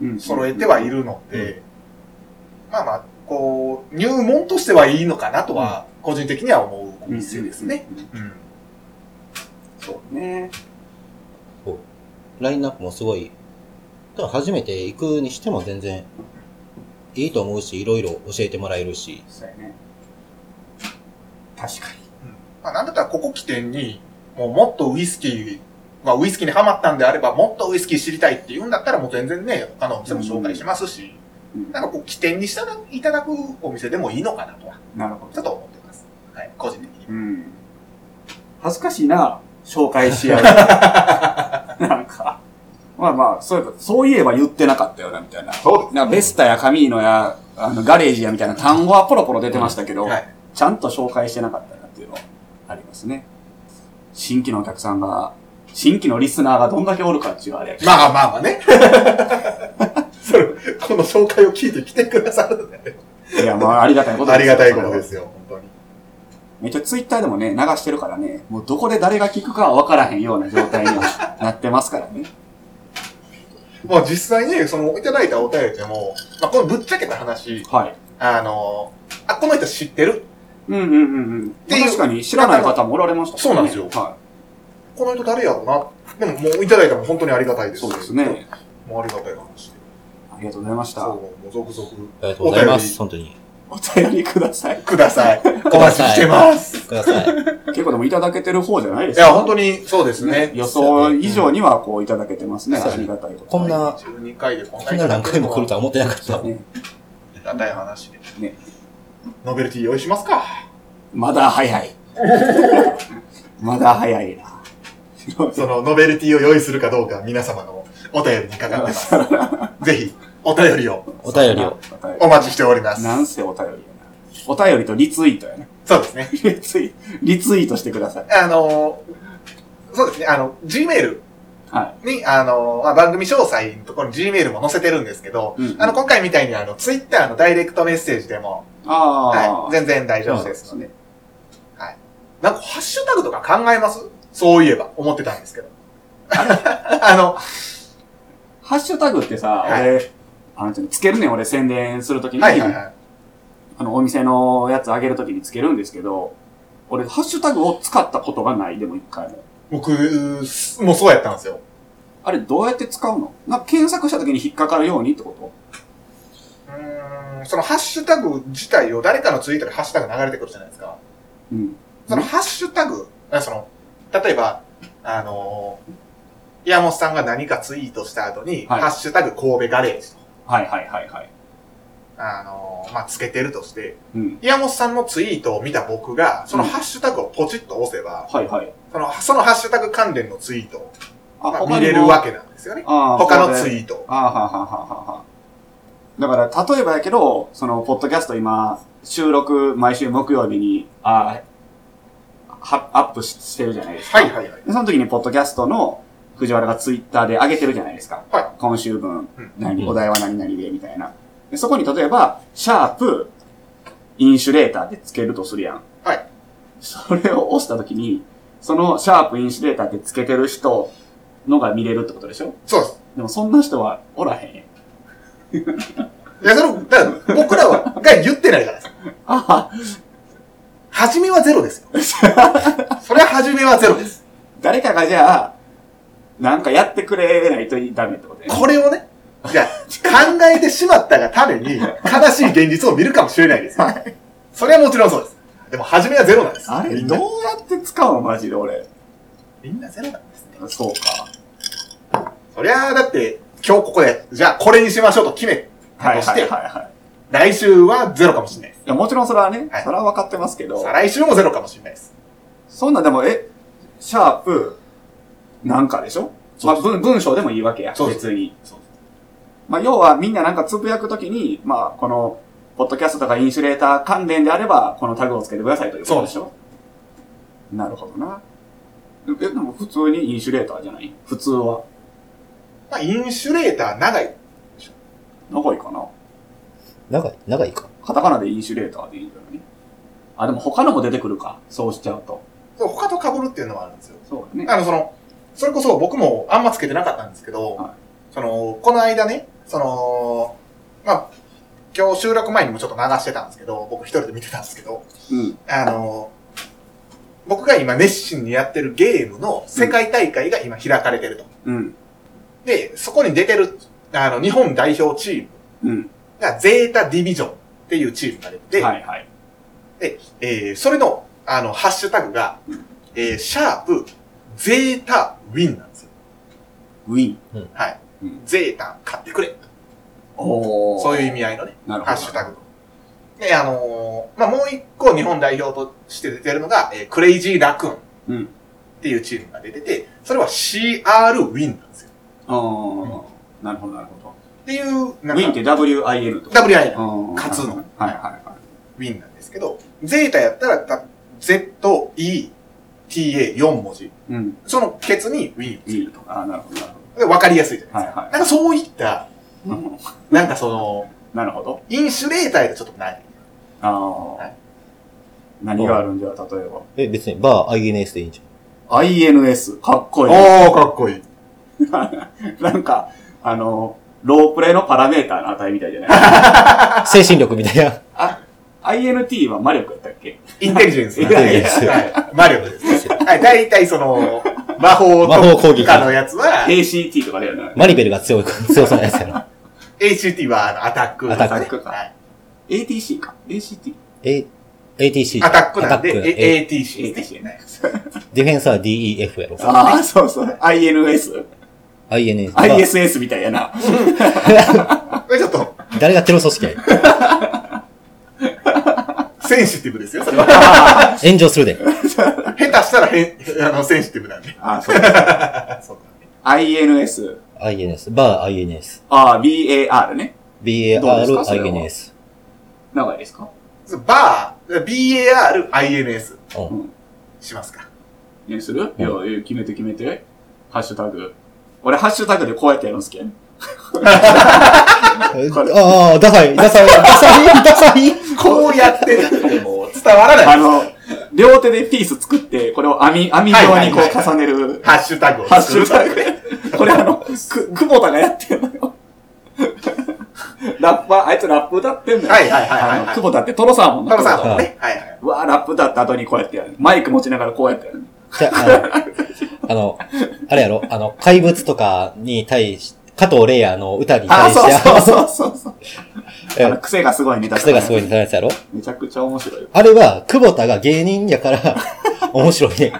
D: うん
C: う、揃えてはいるので、まあまあ、こう、入門としてはいいのかなとは、個人的には思うお店ですね。。
D: うんうんうん
C: うん。
D: そうね。
B: ラインナップもすごい、ただ初めて行くにしても全然いいと思うし、いろいろ教えてもらえるし、
D: そうやね。確か
C: まあ、なんだったらここ起点に、もうもっとウイスキー、まあウイスキーにハマったんであれば、もっとウイスキー知りたいって言うんだったら、もう全然ね、他のお店も紹介しますし、
D: に。うん
C: なんかこう起点にしていただくお店でもいいのかなとは、
D: なるほ
C: ちょ
D: ど。
C: っと思ってます。はい、個人的に。
D: うん。恥ずかしいな、紹介し
C: (laughs)
D: 合う。なんか。まあまあ、そういえば、そういえば言ってなかったよな、みたいな。
C: そう
D: なんかベスタやカミーノや、あの、ガレージやみたいな単語はポロポロ出てましたけど、
C: はい。
D: ちゃんと紹介してなかったなっていうのはありますね。新規のお客さんが、新規のリスナーがどんだけおるかっていうあれやけど。
C: まあまあまあね。 (laughs) それ、この紹介を聞いて来てくださるんで。
D: いや、まあありがたいこと。
C: ありがたいことですすよ、本当に。
D: めっちゃツイッターでもね、流してるからね、もうどこで誰が聞くかは分からへんような状態にはなってますからね。
C: もう実際に、その、いただいたお便りでも、まあ、このぶっちゃけた話、
D: はい。
C: あの、あ、この人知ってる
D: うんうんうんうん。
C: ていう
D: 確かに知らない方もおられました
C: そうなんですよ
D: は
C: この人誰やろなでも、もういただいたも本当にありがたいで
D: い。
C: す。
D: そうです。ね。
C: もうありがたい話。
D: ありがとうございまし
C: そう、
D: た。
C: もう続々
B: ありがとうございます、本当に。
D: お便りく
C: (laughs)
D: ださい。
C: くだ
B: (laughs)
C: さい。
B: ださい
C: お待ちしてます。
B: ください。
D: 結構でもいただけてる方じゃないで
C: い
D: すか。
C: や、本当にそうですね。
D: 予想以上にはこういただけてますね。
B: そう
D: あ
B: ですね
D: りがたいこと。
B: こんな、
C: 12回でこん
B: こんな何回も来るとは思ってなかった。
D: ね
C: ありがたい話で。
D: ね
C: ノベルティ用意しますか。
D: まだ早い。まだ早いな。
C: その、ノベルティを用意するかどうか皆様のお便りにかかって
B: (laughs)
C: ます。ぜひ、お便りを
B: お便りを。
D: お便り
C: お待ちしております。
D: なんせお便りやな。お便りとリツイートやね。
C: そうですね。
D: リツイ、リツイートしてください。
C: あのー、そうですね、あの、Gmail
D: は
C: に、あのー、まあ、番組詳細のところに Gmail も載せてるんですけど、
D: うん
C: あの、今回みたいにあの、Twitter のダイレクトメッセージでも、
D: あ
C: は
D: あ。
C: い、全然大丈夫
D: そう
C: で
D: ですすね。
C: なんか、ハッシュタグとか考えますそういえば、思ってたんですけど。 (laughs) あの、
D: ハッシュタグってさ、
C: はい
D: 俺、あの、つけるねん、俺宣伝するときに、
C: はいはいはい。
D: あの、お店のやつあげるときにつけるんですけど、俺、ハッシュタグを使ったことがない、でも一回も。
C: 僕、もうそうやったんですよ。
D: あれ、どうやって使うのなんか検索したときに引っかかるようにってこ
C: うーん、そのハッシュタグ自体を誰かのツイートでハッシュタグ流れてくるじゃないですか。
D: とうん。
C: そのハッシュタグ、あその、例えば、あのー、山本さんが何かツイートした後に、
D: はい
C: ハッシュタグ神戸ガレージと、
D: はいはいはいはい。
C: あのー、まあ、つけてるとして、
D: うん。
C: 山本さんのツイートを見た僕が、その
D: うん
C: ハッシュタグをポチッと押せば、
D: はいはい。
C: その、そのハッシュタグ関連のツイートを、
D: あ
C: まあ見れるわけなんですよね。他のツイ
D: ート。
C: ート。
D: あーはーはーはーはーはーだから、例えばやけど、その、ポッドキャスト今、収録、毎週木曜日に、あーはアップししてるじゃないですか。
C: はいはいはい。
D: で、その時に、ポッドキャストの藤原がツイッターで上げてるじゃないですか。
C: は
D: 今週分、
C: うん
D: 何、
B: うん
D: お題は何々で、みたいな。でそこに例えば、シャープ、インシュレーターでつけるとするやん。
C: はい。
D: それを押した時に、そのシャープインシュレーターってつけてる人のが見れるってことでしょ
C: そうです。
D: でもそんな人はおらへんやん。
C: いや、その、だから僕らは、が言ってないからです。
D: ああ、
C: 初めはゼロです (laughs) よ。それは初めはゼロです。
D: 誰かがじゃあ、なんかやってくれないとダメってことやね。
C: これをね、じゃあ考えてしまったがために、悲しい現実を見るかもしれないですよ。それはもちろんそうです。でも、初めはゼロなんです。
D: あれ、
C: みん
D: どう
C: な
D: やって使うのマジで俺。
C: みんなゼロなんですね。
D: そうか。
C: そりゃあ、だって、今日ここで、じゃあこれにしましょうと決めた
D: はい
C: とし
D: はい
C: て、
D: はいはい。
C: 来週はゼロかもしれないです。
D: いや、もちろんそれはね、
C: はい
D: それは分かってますけど
C: 再、来週もゼロかもしれないです。
D: そんなでも、え、シャープ、なんかでしょまあ、文、文章でもいいわけや。
C: そうです
D: 別に。まあ、要はみんななんかつぶやくときに、まあ、この、ポッドキャストとかインシュレーター関連であれば、このタグをつけてくださいということでしょなるほどな。え、でも普通にインシュレーターじゃない普通は。
C: まあ、インシュレーター長い。
D: 長いかな
B: 長い、長いか。
D: カタカナでインシュレーターでいいんじゃないあ、でも他のも出てくるか。そうしちゃうと。
C: そう他と被るっていうのはあるんですよ。
D: そうだね。
C: あの、その、それこそ僕もあんまつけてなかったんですけど、
D: はい
C: その、この間ね、その、まあ、今日収録前にもちょっと流してたんですけど、僕一人で見てたんですけど、
D: うん。
C: あの、僕が今熱心にやってるゲームの世界大会が今開かれてると。
D: うん。
C: で、そこに出てる、あの、日本代表チーム
D: うん。
C: がゼータディビジョンっていうチームが出てて、
D: はいはい。
C: えーそれの、あの、ハッシュタグが、えーシャープ、ゼータウィンなんですよ。
D: ウィン。
C: はい。
D: うん
C: ゼータ買ってくれ。
D: お
C: そういう意味合いのね、
D: なるほど。
C: ハッシュタグ。で、あのーまあ、もう一個日本代表として出てるのが、えークレイジーラクーンっ
D: うん。
C: ていうチームが出てて、それは CR ウィンなんですよ。
D: ああ、なるほど、なるほ
C: っていう、
D: ど。
C: な
D: ウィ
C: ん
D: ンっ
C: か、
D: て WIN とか。
C: WI の
D: 勝
C: 勝つの
D: はいはいは
C: ウィンなんですけど、ゼータやったらた、ZETA4 文字。
D: い。うん。
C: そのケツにウィン。
D: ウィンとか。あーなるほど、なる
C: でわかりやすいじゃない
D: ほど。はいは
C: なんかそういった、
D: いうん。
C: なんかその、
D: なるほど。
C: インシュレーターでちょっとない。
D: あ
C: は
D: あ
C: い。
D: 何があるんじゃ、例えば。
B: え、別に、バー INS でいいんじゃん。
D: INS。かっこいい。
C: ー、かっこいい。
D: なんか、あの、ロープレのパラメーターの値みたいじゃな
C: (laughs)
D: い
B: 精神力みたいな。
D: あ、INT は魔力やったっけ
C: インテリジェンスなん
D: いや
C: で。
D: いや
C: はい魔力です。はい、大体その、魔法
B: 魔法攻
C: と
B: 撃
C: かのやつは、
D: ?ACT とかだよな。
B: マリベルが強い、強そうなやつやな。
C: HT はあのアタック。
B: アタック
C: ですねはい
D: ATC か ?ACT?
B: A、ATC。
C: アタックなん
B: アタック
C: で、
B: え
C: A- ATC ですね。
B: ディフェンスは DEF やろ。
D: ああ、そうそう。INS?
B: INS。
D: ISS みたい
C: (laughs)
D: やな。
C: これちょっと、
B: (laughs) 誰がテロ組織や
C: センシティブですよ、それは。
B: 炎上するで。
C: 下手したらへん、あの、センシティブなんで。
D: あそう。
C: そうか
D: INS。
B: INS。バー INS。
D: ああ、BAR ね。どうですか
B: BAR
D: それは
B: INS。
D: 長いですか
C: バー、BAR、INS
B: うん
C: しますか。
D: ね、する、
B: うん
D: いやいや、決めて決めて。ハッシュタグ。俺、ハッシュタグでこうやってやるんすけん。
B: えああ、ダサい、ダ
D: (laughs)
B: サい、ダサい、ダサい。
C: こうやってるってもう伝わらな
D: (laughs) あ
C: い。
D: の、両手でピース作って、これを網、網状にこ
C: はいはいは
D: う重ねる。
C: ハッシュタグを
D: ハッシ
C: 作る
D: ュタグ
C: (laughs)
D: で。これあの、く、久保田がやってんのよ。ラッパー、あいつラップ歌ってんのよ。
C: はいはいはいはい
D: あの久保田ってトロサーモンの
C: タロさん
D: 久保
C: もね。はいはい。
D: 田うわーラップ歌った後にこうやってやる。マイク持ちながらこうやってやる。
B: じゃあ、あの、あの、あれやろ、あの、怪物とかに対し、加藤レイヤーの歌に
D: あ、
B: 対して、
D: そうそう
B: う
D: そうそう
C: (laughs)
D: そう。あの癖がすごいネタとか
B: 癖がすごいみたいなやつやろ
D: めちゃくちゃ面白いよ。
B: あれは、久保田が芸人や
D: (laughs)
B: から、面白いね。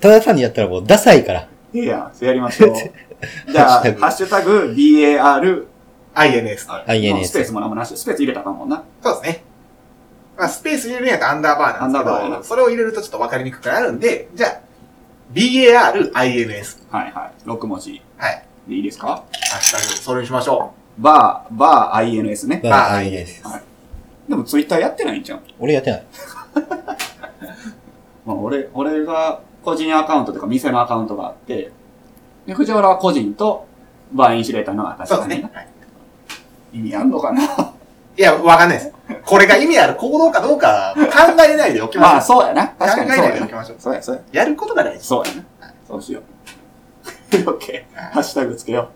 B: ただ単にやったらもう、ダサいから。
D: いいやん、それやり
C: (laughs)
D: ましょう。じゃあ、ハッシュタグ、BAR、
C: INS と。
B: INS
D: スペースも何もなし。スペース入れたらあかんもんな。
C: そうですね。まあ、スペース入れるんやったらアンダーバーなんです
D: アンダー
C: け
D: バー
C: ど、それを入れるとちょっとわかりにくくなるんで、じゃあ、BAR、INS。
D: はいはい。6文字
C: はい。
D: でいいですか
C: ハッシュタグ、それにしましょ
D: バー、バー INS ね。
B: まあ、
C: あ
B: INS。
D: でもツイッターやってないんじゃん。
B: 俺やってない。
D: まあ、俺、俺が個人アカウントというか店のアカウントがあって、で、藤原は個人とバーインシュレーターの
C: う。
D: 私
C: そう
D: が
C: ですね
D: ね、。意味あんのかな
C: いや、わかんないです。これが意味ある行動かどうか考えないでおき
D: (laughs) まあ、
C: ましょう。
D: そうやな。確かに
C: 考え
D: そう
C: ない
D: や
C: でお
D: な
C: き。ましょう。
D: そうや、そうや。
C: やることが大事。
D: そうやな。そう (laughs) しよう。オッケー。ハッシュタグつけよう。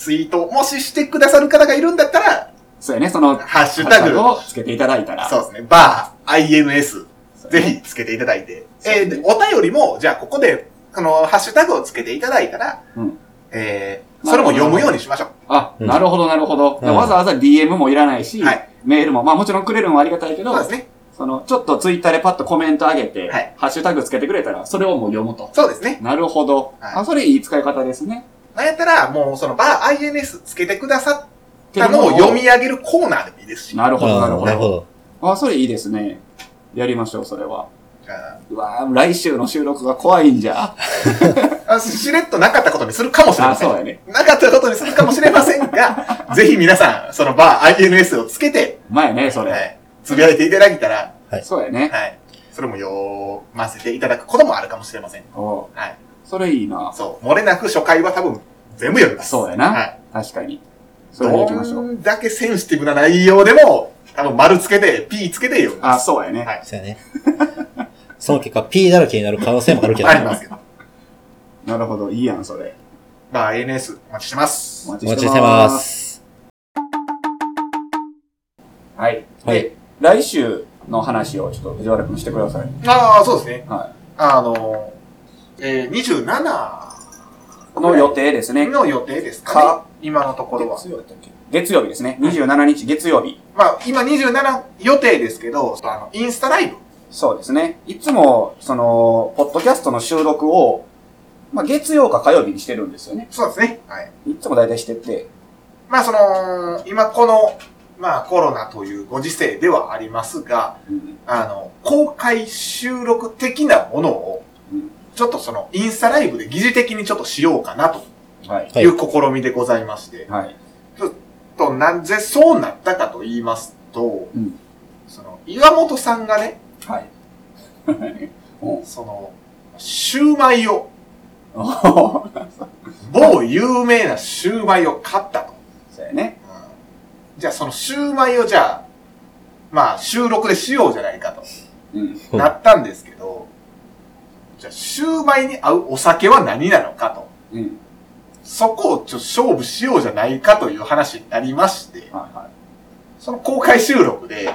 C: ツイートをもししてくださる方がいるんだったら、
D: そうやね、その、
C: ハ
D: ハ
C: ッ
D: ッ
C: シュタグ、
D: をつけていただいたら。
C: そうですね、バー、INS、
D: そう
C: ぜ
D: やね
C: ひつけていただいて。
D: そう
C: えーでお便りも、じゃあここで、この、ハッシュタグをつけていただいたら、
D: うん
C: えーそれも読むようにしましょう。
D: あ、
B: うん
D: なるほど、なるほど。
B: うん
D: わざわざ DM もいらないし、
C: はい
D: メールも、まあもちろんくれるのはありがたいけど
C: そう、ですね。
D: その、ちょっとツイッターでパッとコメント上げて、
C: はい
D: ハッシュタグつけてくれたら、それをもう読むと。
C: そうですね。
D: なるほど。
C: はい
D: あ、それいい使い方ですね。
C: なんやったら、もうそのバー INS つけてくださったの
D: も
C: を読み上げるコーナーでもいいですし。
D: なるほど、なる
B: あ
D: ほ
B: あなるほ
D: ど。
B: ど。
D: あ、それいいですね。やりましょう、それは。
C: じゃ
D: うわー来週の収録が怖いん
C: (laughs)
D: じゃ。
C: ああしれっとなかったことにするかもしれま
D: あ、
C: せ
D: そうや
C: ん。
D: ね。
C: なかったことにするかもしれません
D: (laughs)
C: が、ぜひ皆さん、そのバー INS をつけて、
D: 前ね、それ。
C: はい、つぶやいていただけたら、
D: そうやね。
C: はい、それも読ませていただくこともあるかもしれません。
D: おう
C: はい。
D: それいいな。
C: そう。漏れなく初回は多分全部読みます。
D: そうやな。
C: はい。
D: 確かに。それでいきましょ
C: ど
D: う。
C: んだけセンシティブな内容でも、多分丸つけて、P つけて読みま
D: あ、
C: す。
D: そうやね。
C: はい
B: そうやね。その結果、P だらけになる可能性もあるけど。
C: ありますけど。
D: なるほど、いいやん、それ。
C: まあ、INS お待ちしてます。
D: お待
B: お待ちしてます。
D: はい。
B: はい
D: で、来週の話をちょっと藤原君してください。
C: ああ、そうですね。
D: は
C: あの、えー、27
D: い。の予定ですね。
C: の予定ですか,、ね、
D: か
C: 今のところは。
D: 曜日だっけ月曜日ですね。27日月曜日。
C: まあ、今27予定ですけど、あの、インスタライブ。
D: そうですね。いつも、その、ポッドキャストの収録を、まあ、月曜か火曜日にしてるんですよね。
C: そうですね。はい。
D: いつも大体してて。
C: まあ、その、今この、まあ、コロナというご時世ではありますが、
D: うん
C: あの、公開収録的なものを
D: うん、
C: ちょっとその、インスタライブで疑似的にちょっとしようかなと
D: はい。
C: いう試みでございまして、
D: はい。
C: と、なぜそうなったかと言いますと、
D: うん
C: その、岩本さんがね、
D: はい。 (laughs)
C: その、シューマイを、
D: おー
C: 某有名なシューマイを買ったと。
D: そうやね。
C: じゃあそのシューマイをじゃあ、まあ収録でしようじゃないか
D: うん。
B: う
C: と
B: ん
C: なったんですけど、じゃあシューマイに合うお酒は何なのかと。
D: うん。
C: そこをちょっと勝負しようじゃないかという話になりまして、
D: はいは
C: その公開収録で、ちょっ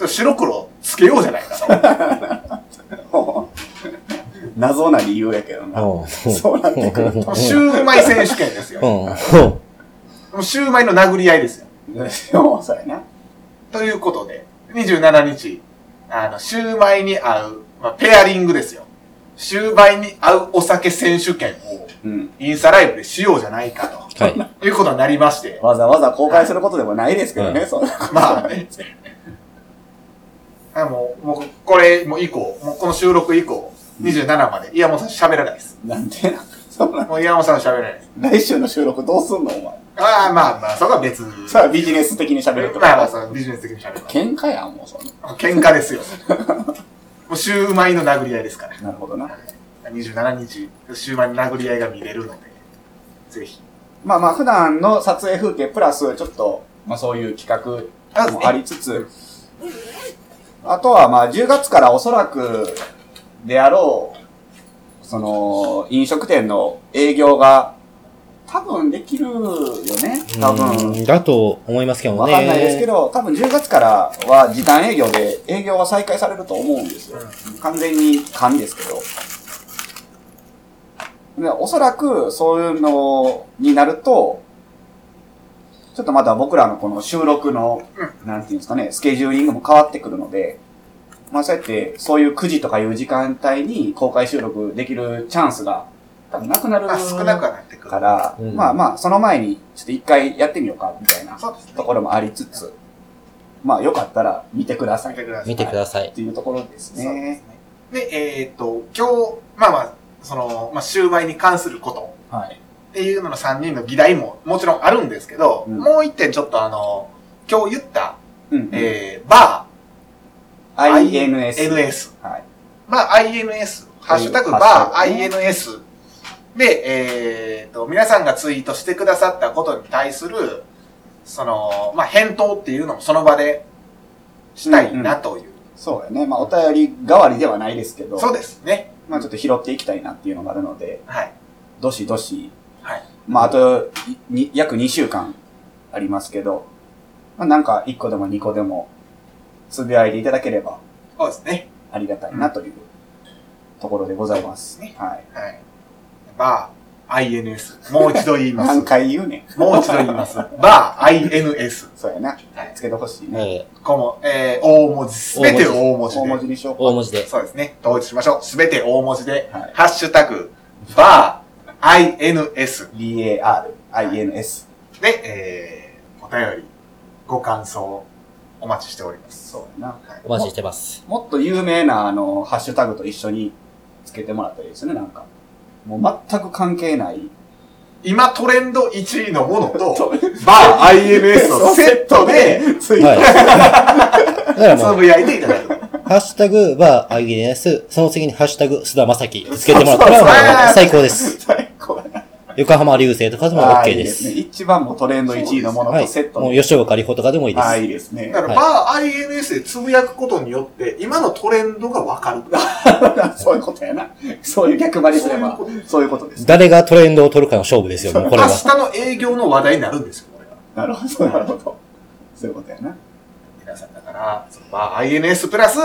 C: と白黒つけようじゃないかと。
D: い。 (laughs) 謎な理由やけどな。
B: うん
D: そうなってくると。
C: シューマイ選手権です
B: (laughs)
C: よ。
B: うん。
C: シューマイの殴り合いですよ。
D: (laughs) そうそうやな。
C: ということで、27日、あの、シューマイに合う、まあ、ペアリングですよ。シューマイに合うお酒選手権を
D: うん。
C: インスタライブでしようじゃないかと。
B: はい。
C: いうことになりまして。
D: わざわざ公開することでもない (laughs) ですけどね、
B: う
D: そういうこと
C: まあね。あもう、もう、これ、もう以降、もうこの収録以降、27まで、岩本さん喋らないです。
D: なんでな、そうなん
C: もう岩本さんは喋らないです。
D: 来週の収録どうすんのお前。
C: ああ、まあまあ、そこは別に。
D: さあ、ビジネス的に喋るってこと
C: まあまあ、そのビジネス的に喋るか
D: 喧嘩やん、もうそんな。
C: ら。喧嘩ですよ。もう、シューマイの殴り合いですから。
D: なるほどな。
C: 27日、終盤に殴り合いが見れるので、ぜひ。
D: まあまあ、普段の撮影風景プラス、ちょっと、まあそういう企画もありつつ、あとはまあ10月からおそらくであろう、その、飲食店の営業が多分できるよね。多分。
B: うんだと思いますけどね。
D: わかんないですけど、多分10月からは時短営業で営業は再開されると思うんですよ。完全に勘ですけど。でおそらくそういうのになると、ちょっとまた僕らのこの収録の、なんていうんですかね、スケジューリングも変わってくるので、まあそうやって、そういう9時とかいう時間帯に公開収録できるチャンスが多分なくなる
C: まあ、少なく
D: か
C: はなってくる。
D: ら、
B: うん
D: まあまあその前にちょっと一回やってみようか、みたいな。
C: そうですね。
D: ところもありつつ、まあよかったら見てください
C: 見
D: って
C: ください。
B: 見てください。
D: ていうところです
C: そうで
D: ね
C: す。ね。で、えっ、と、今日、まあまあ、その、まあ、終盤に関すること
D: はい。
C: っていうのの3人の議題ももちろんあるんですけど、
D: うん
C: もう一点ちょっとあの、今日言った、
D: うん。
C: えー、バ
D: INS。
C: ー、NS。
D: はい。
C: まあ、INS、ハッシュタグ
D: ハ
C: バ
D: ッシ
C: ー
D: ュ
C: INS で、えっ、と、皆さんがツイートしてくださったことに対する、その、まあ、返答っていうのもその場でしたいなという。
D: そうやね。まあお便り代わりではないですけど、
C: そうですね。
D: まあちょっと拾っていきたいなっていうのがあるので、
C: はい。
D: どしどし。
C: はい。
D: まああと、に約2週間ありますけど、まあなんか1個でも2個でも、つぶやいていただければ
C: そうですね。
D: ありがたいなというところでございます。
C: ね
D: はい。
C: はい。バー INS。もう一度言いま
D: 何
C: す。
D: 回言うねん。
C: もう一度言います。バー INS。
D: そうやな。
C: はい。
D: つけてほしいね。
B: え
C: この、えー、大文字。すべて大文字で。
D: 大文字にしよう
B: ー大文字で。
C: そうですね。統一しましょう。すべて大文字で、
D: はい
C: ハッシュタグ、バー、INS
D: BAR、INS。
C: で、えー、お便り、ご感想、お待ちしております。
D: そうやな。
B: お待ちしてます。
D: もっと有名な、あの、ハッシュタグと一緒につけてもらったりですね、なんか。もう全く関係ない。
C: 今トレンド1位のもの (laughs) と、
D: と
C: バー、INS のセット (laughs) で、、
D: つい
B: はい。 (laughs) だから
C: つ
B: もう、
C: ぶやいていただく。
B: ハッシュタグは INS、その次にハッシュタグ須田正樹つけてもらった
D: そうそう
C: そう
B: らもう最高です。
D: 最高やな。
B: 横浜流星とかでも
D: ああ
B: OK
D: いい
B: で
D: です
B: す
D: ね。。一番もうトレンド1位のもの
B: は
D: と
B: い
D: セッ。ト
B: もう
D: で。
B: 吉岡里帆とかでもいいで
D: ああ、
B: す。
D: いいですね (laughs)
C: だ。から、バー、INS でつぶやくことによって、今のトレンドがわ (laughs) かる。
D: そういうことやな。そういう逆張りすれば
C: そうい、
D: そういうことです。
B: 誰がトレンドを取るかの勝負ですよ、もうこれ
C: 明
B: は。
C: 日の営業の話題になるんですよ、これが。
D: なるほど、なるほど。そういうことやな。
C: 皆さんだから、そのバー、INS プラス、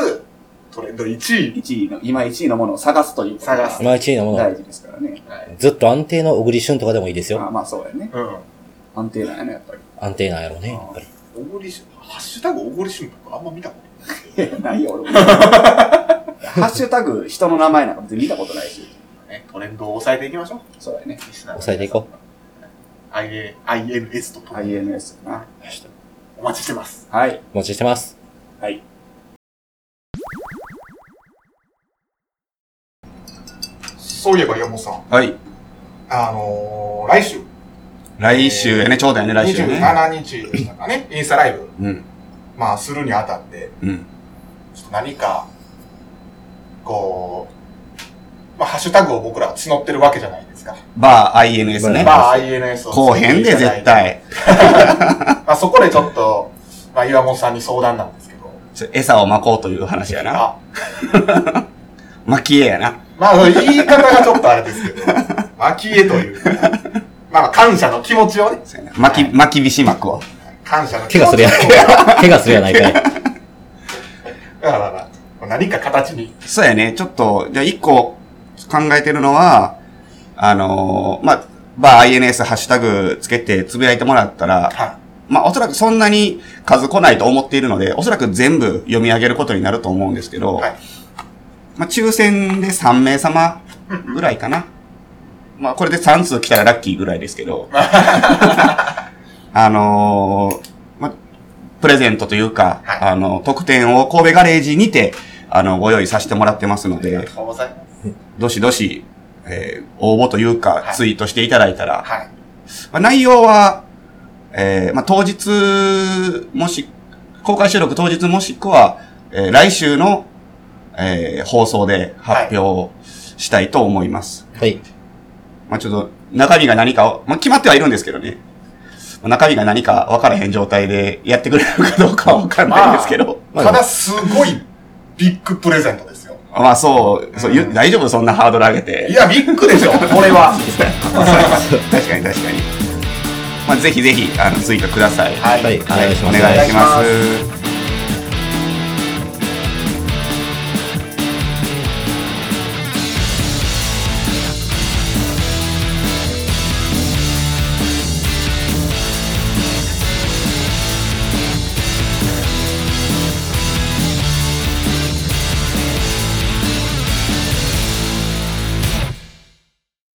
C: トレンド1位。
D: 1位の、今1位のものを探すということが
C: 探す
B: 今一位のも
D: 大
B: の、
D: 事ですからね。
C: はい。
B: ずっと安定の小栗旬とかでもいいです
D: ああ
B: よ。
D: まあそうやね。
C: うん。
D: 安定なんやね、やっぱり。
B: 安定なんやろうね、やっぱり。
C: おごりし、ハッシュタグおごり新聞僕あんま見たことない。
D: いや、ないよ、俺も。 (laughs) ハッシュタグ、人の名前なんか別に見たことないし。
C: ね、トレンドを抑えていきましょう。
D: そうだね。
B: 抑えていこ
C: う。IA INS とともに
D: INS かな。
B: ハッシュタグ
C: お待ちしてます。
D: はい。
B: お待ちしてます。
D: はい。
C: そういえば山本さん、
A: はい。
C: あのー、来週、
A: 来週やね、ちょうどやね、来週やね。
C: 27日でしたかね、インスタライブ、
A: うん。
C: まあ、するにあたって、
A: うん。
C: ちょっと何か、こう、まあ、ハッシュタグを僕ら募ってるわけじゃないですか。
A: バー INS ね。
C: まあ、INS を。
A: 後編で絶。対。
C: (laughs) まあ、そこでちょっと、まあ、岩本さんに相談なんですけど、
A: ちょ餌を巻こうという話やな。 (laughs)
C: あ、
A: 巻き絵やな。 (laughs)
C: まあ、言い方がちょっとあれですけど、巻き絵というか、まあまあ、感謝の気持ちをね。
D: そうやな巻き、巻き菱幕を。
C: 感謝の気
B: 怪
C: 持
B: 我
C: ちを。
D: (laughs)
B: するやん。怪我するやないかい。
C: だからまあまあ、何か形に。
D: そうやね。ちょっと、じゃあ一個考えてるのは、あのーまあ、バー INS ハッシュタグつけてつぶやいてもらったら、
C: は
D: まあ、おそらくそんなに数来ないと思っているので、おそらく全部読み上げることになると思うんですけど、
C: い。はい。
D: まあ、抽選で3名様ぐらいかな。まあ、これで3通来たらラッキーぐらいです
C: (laughs)
D: けど、あのーまあ、プレゼントというか、
C: は
D: あの、特典を神戸ガレージにて、あの、ご用意させてもらってますの
C: ありが
D: で、
C: とうございます。
D: どしどし、えー応募という
C: は
D: か、
C: い
D: ツイートしていただいたら、
C: はい。
D: まあ、内容は、えーまあ、当日、もし、公開収録当日もしくは、えー来週の、えー放送で発表したいと思います。
B: はい。
D: まあ、ちょっと、中身が何かを、まあ、決まってはいるんですけどね。まあ中身が何か分からへん状態でやってくれるかどうかは分からないんですけど。
B: まあ
C: ただ、すごいビッグプレゼントですよ。
D: まあ、そう、そう、ゆ大丈夫そんなハードル上げて。
C: いや、ビッグでしょ、これは。
D: 確かに確かに。まあ、ぜひぜひ、あの、追加ください。
C: (laughs) はい
B: はい、お願いし
D: お
B: ます。
D: 願いします。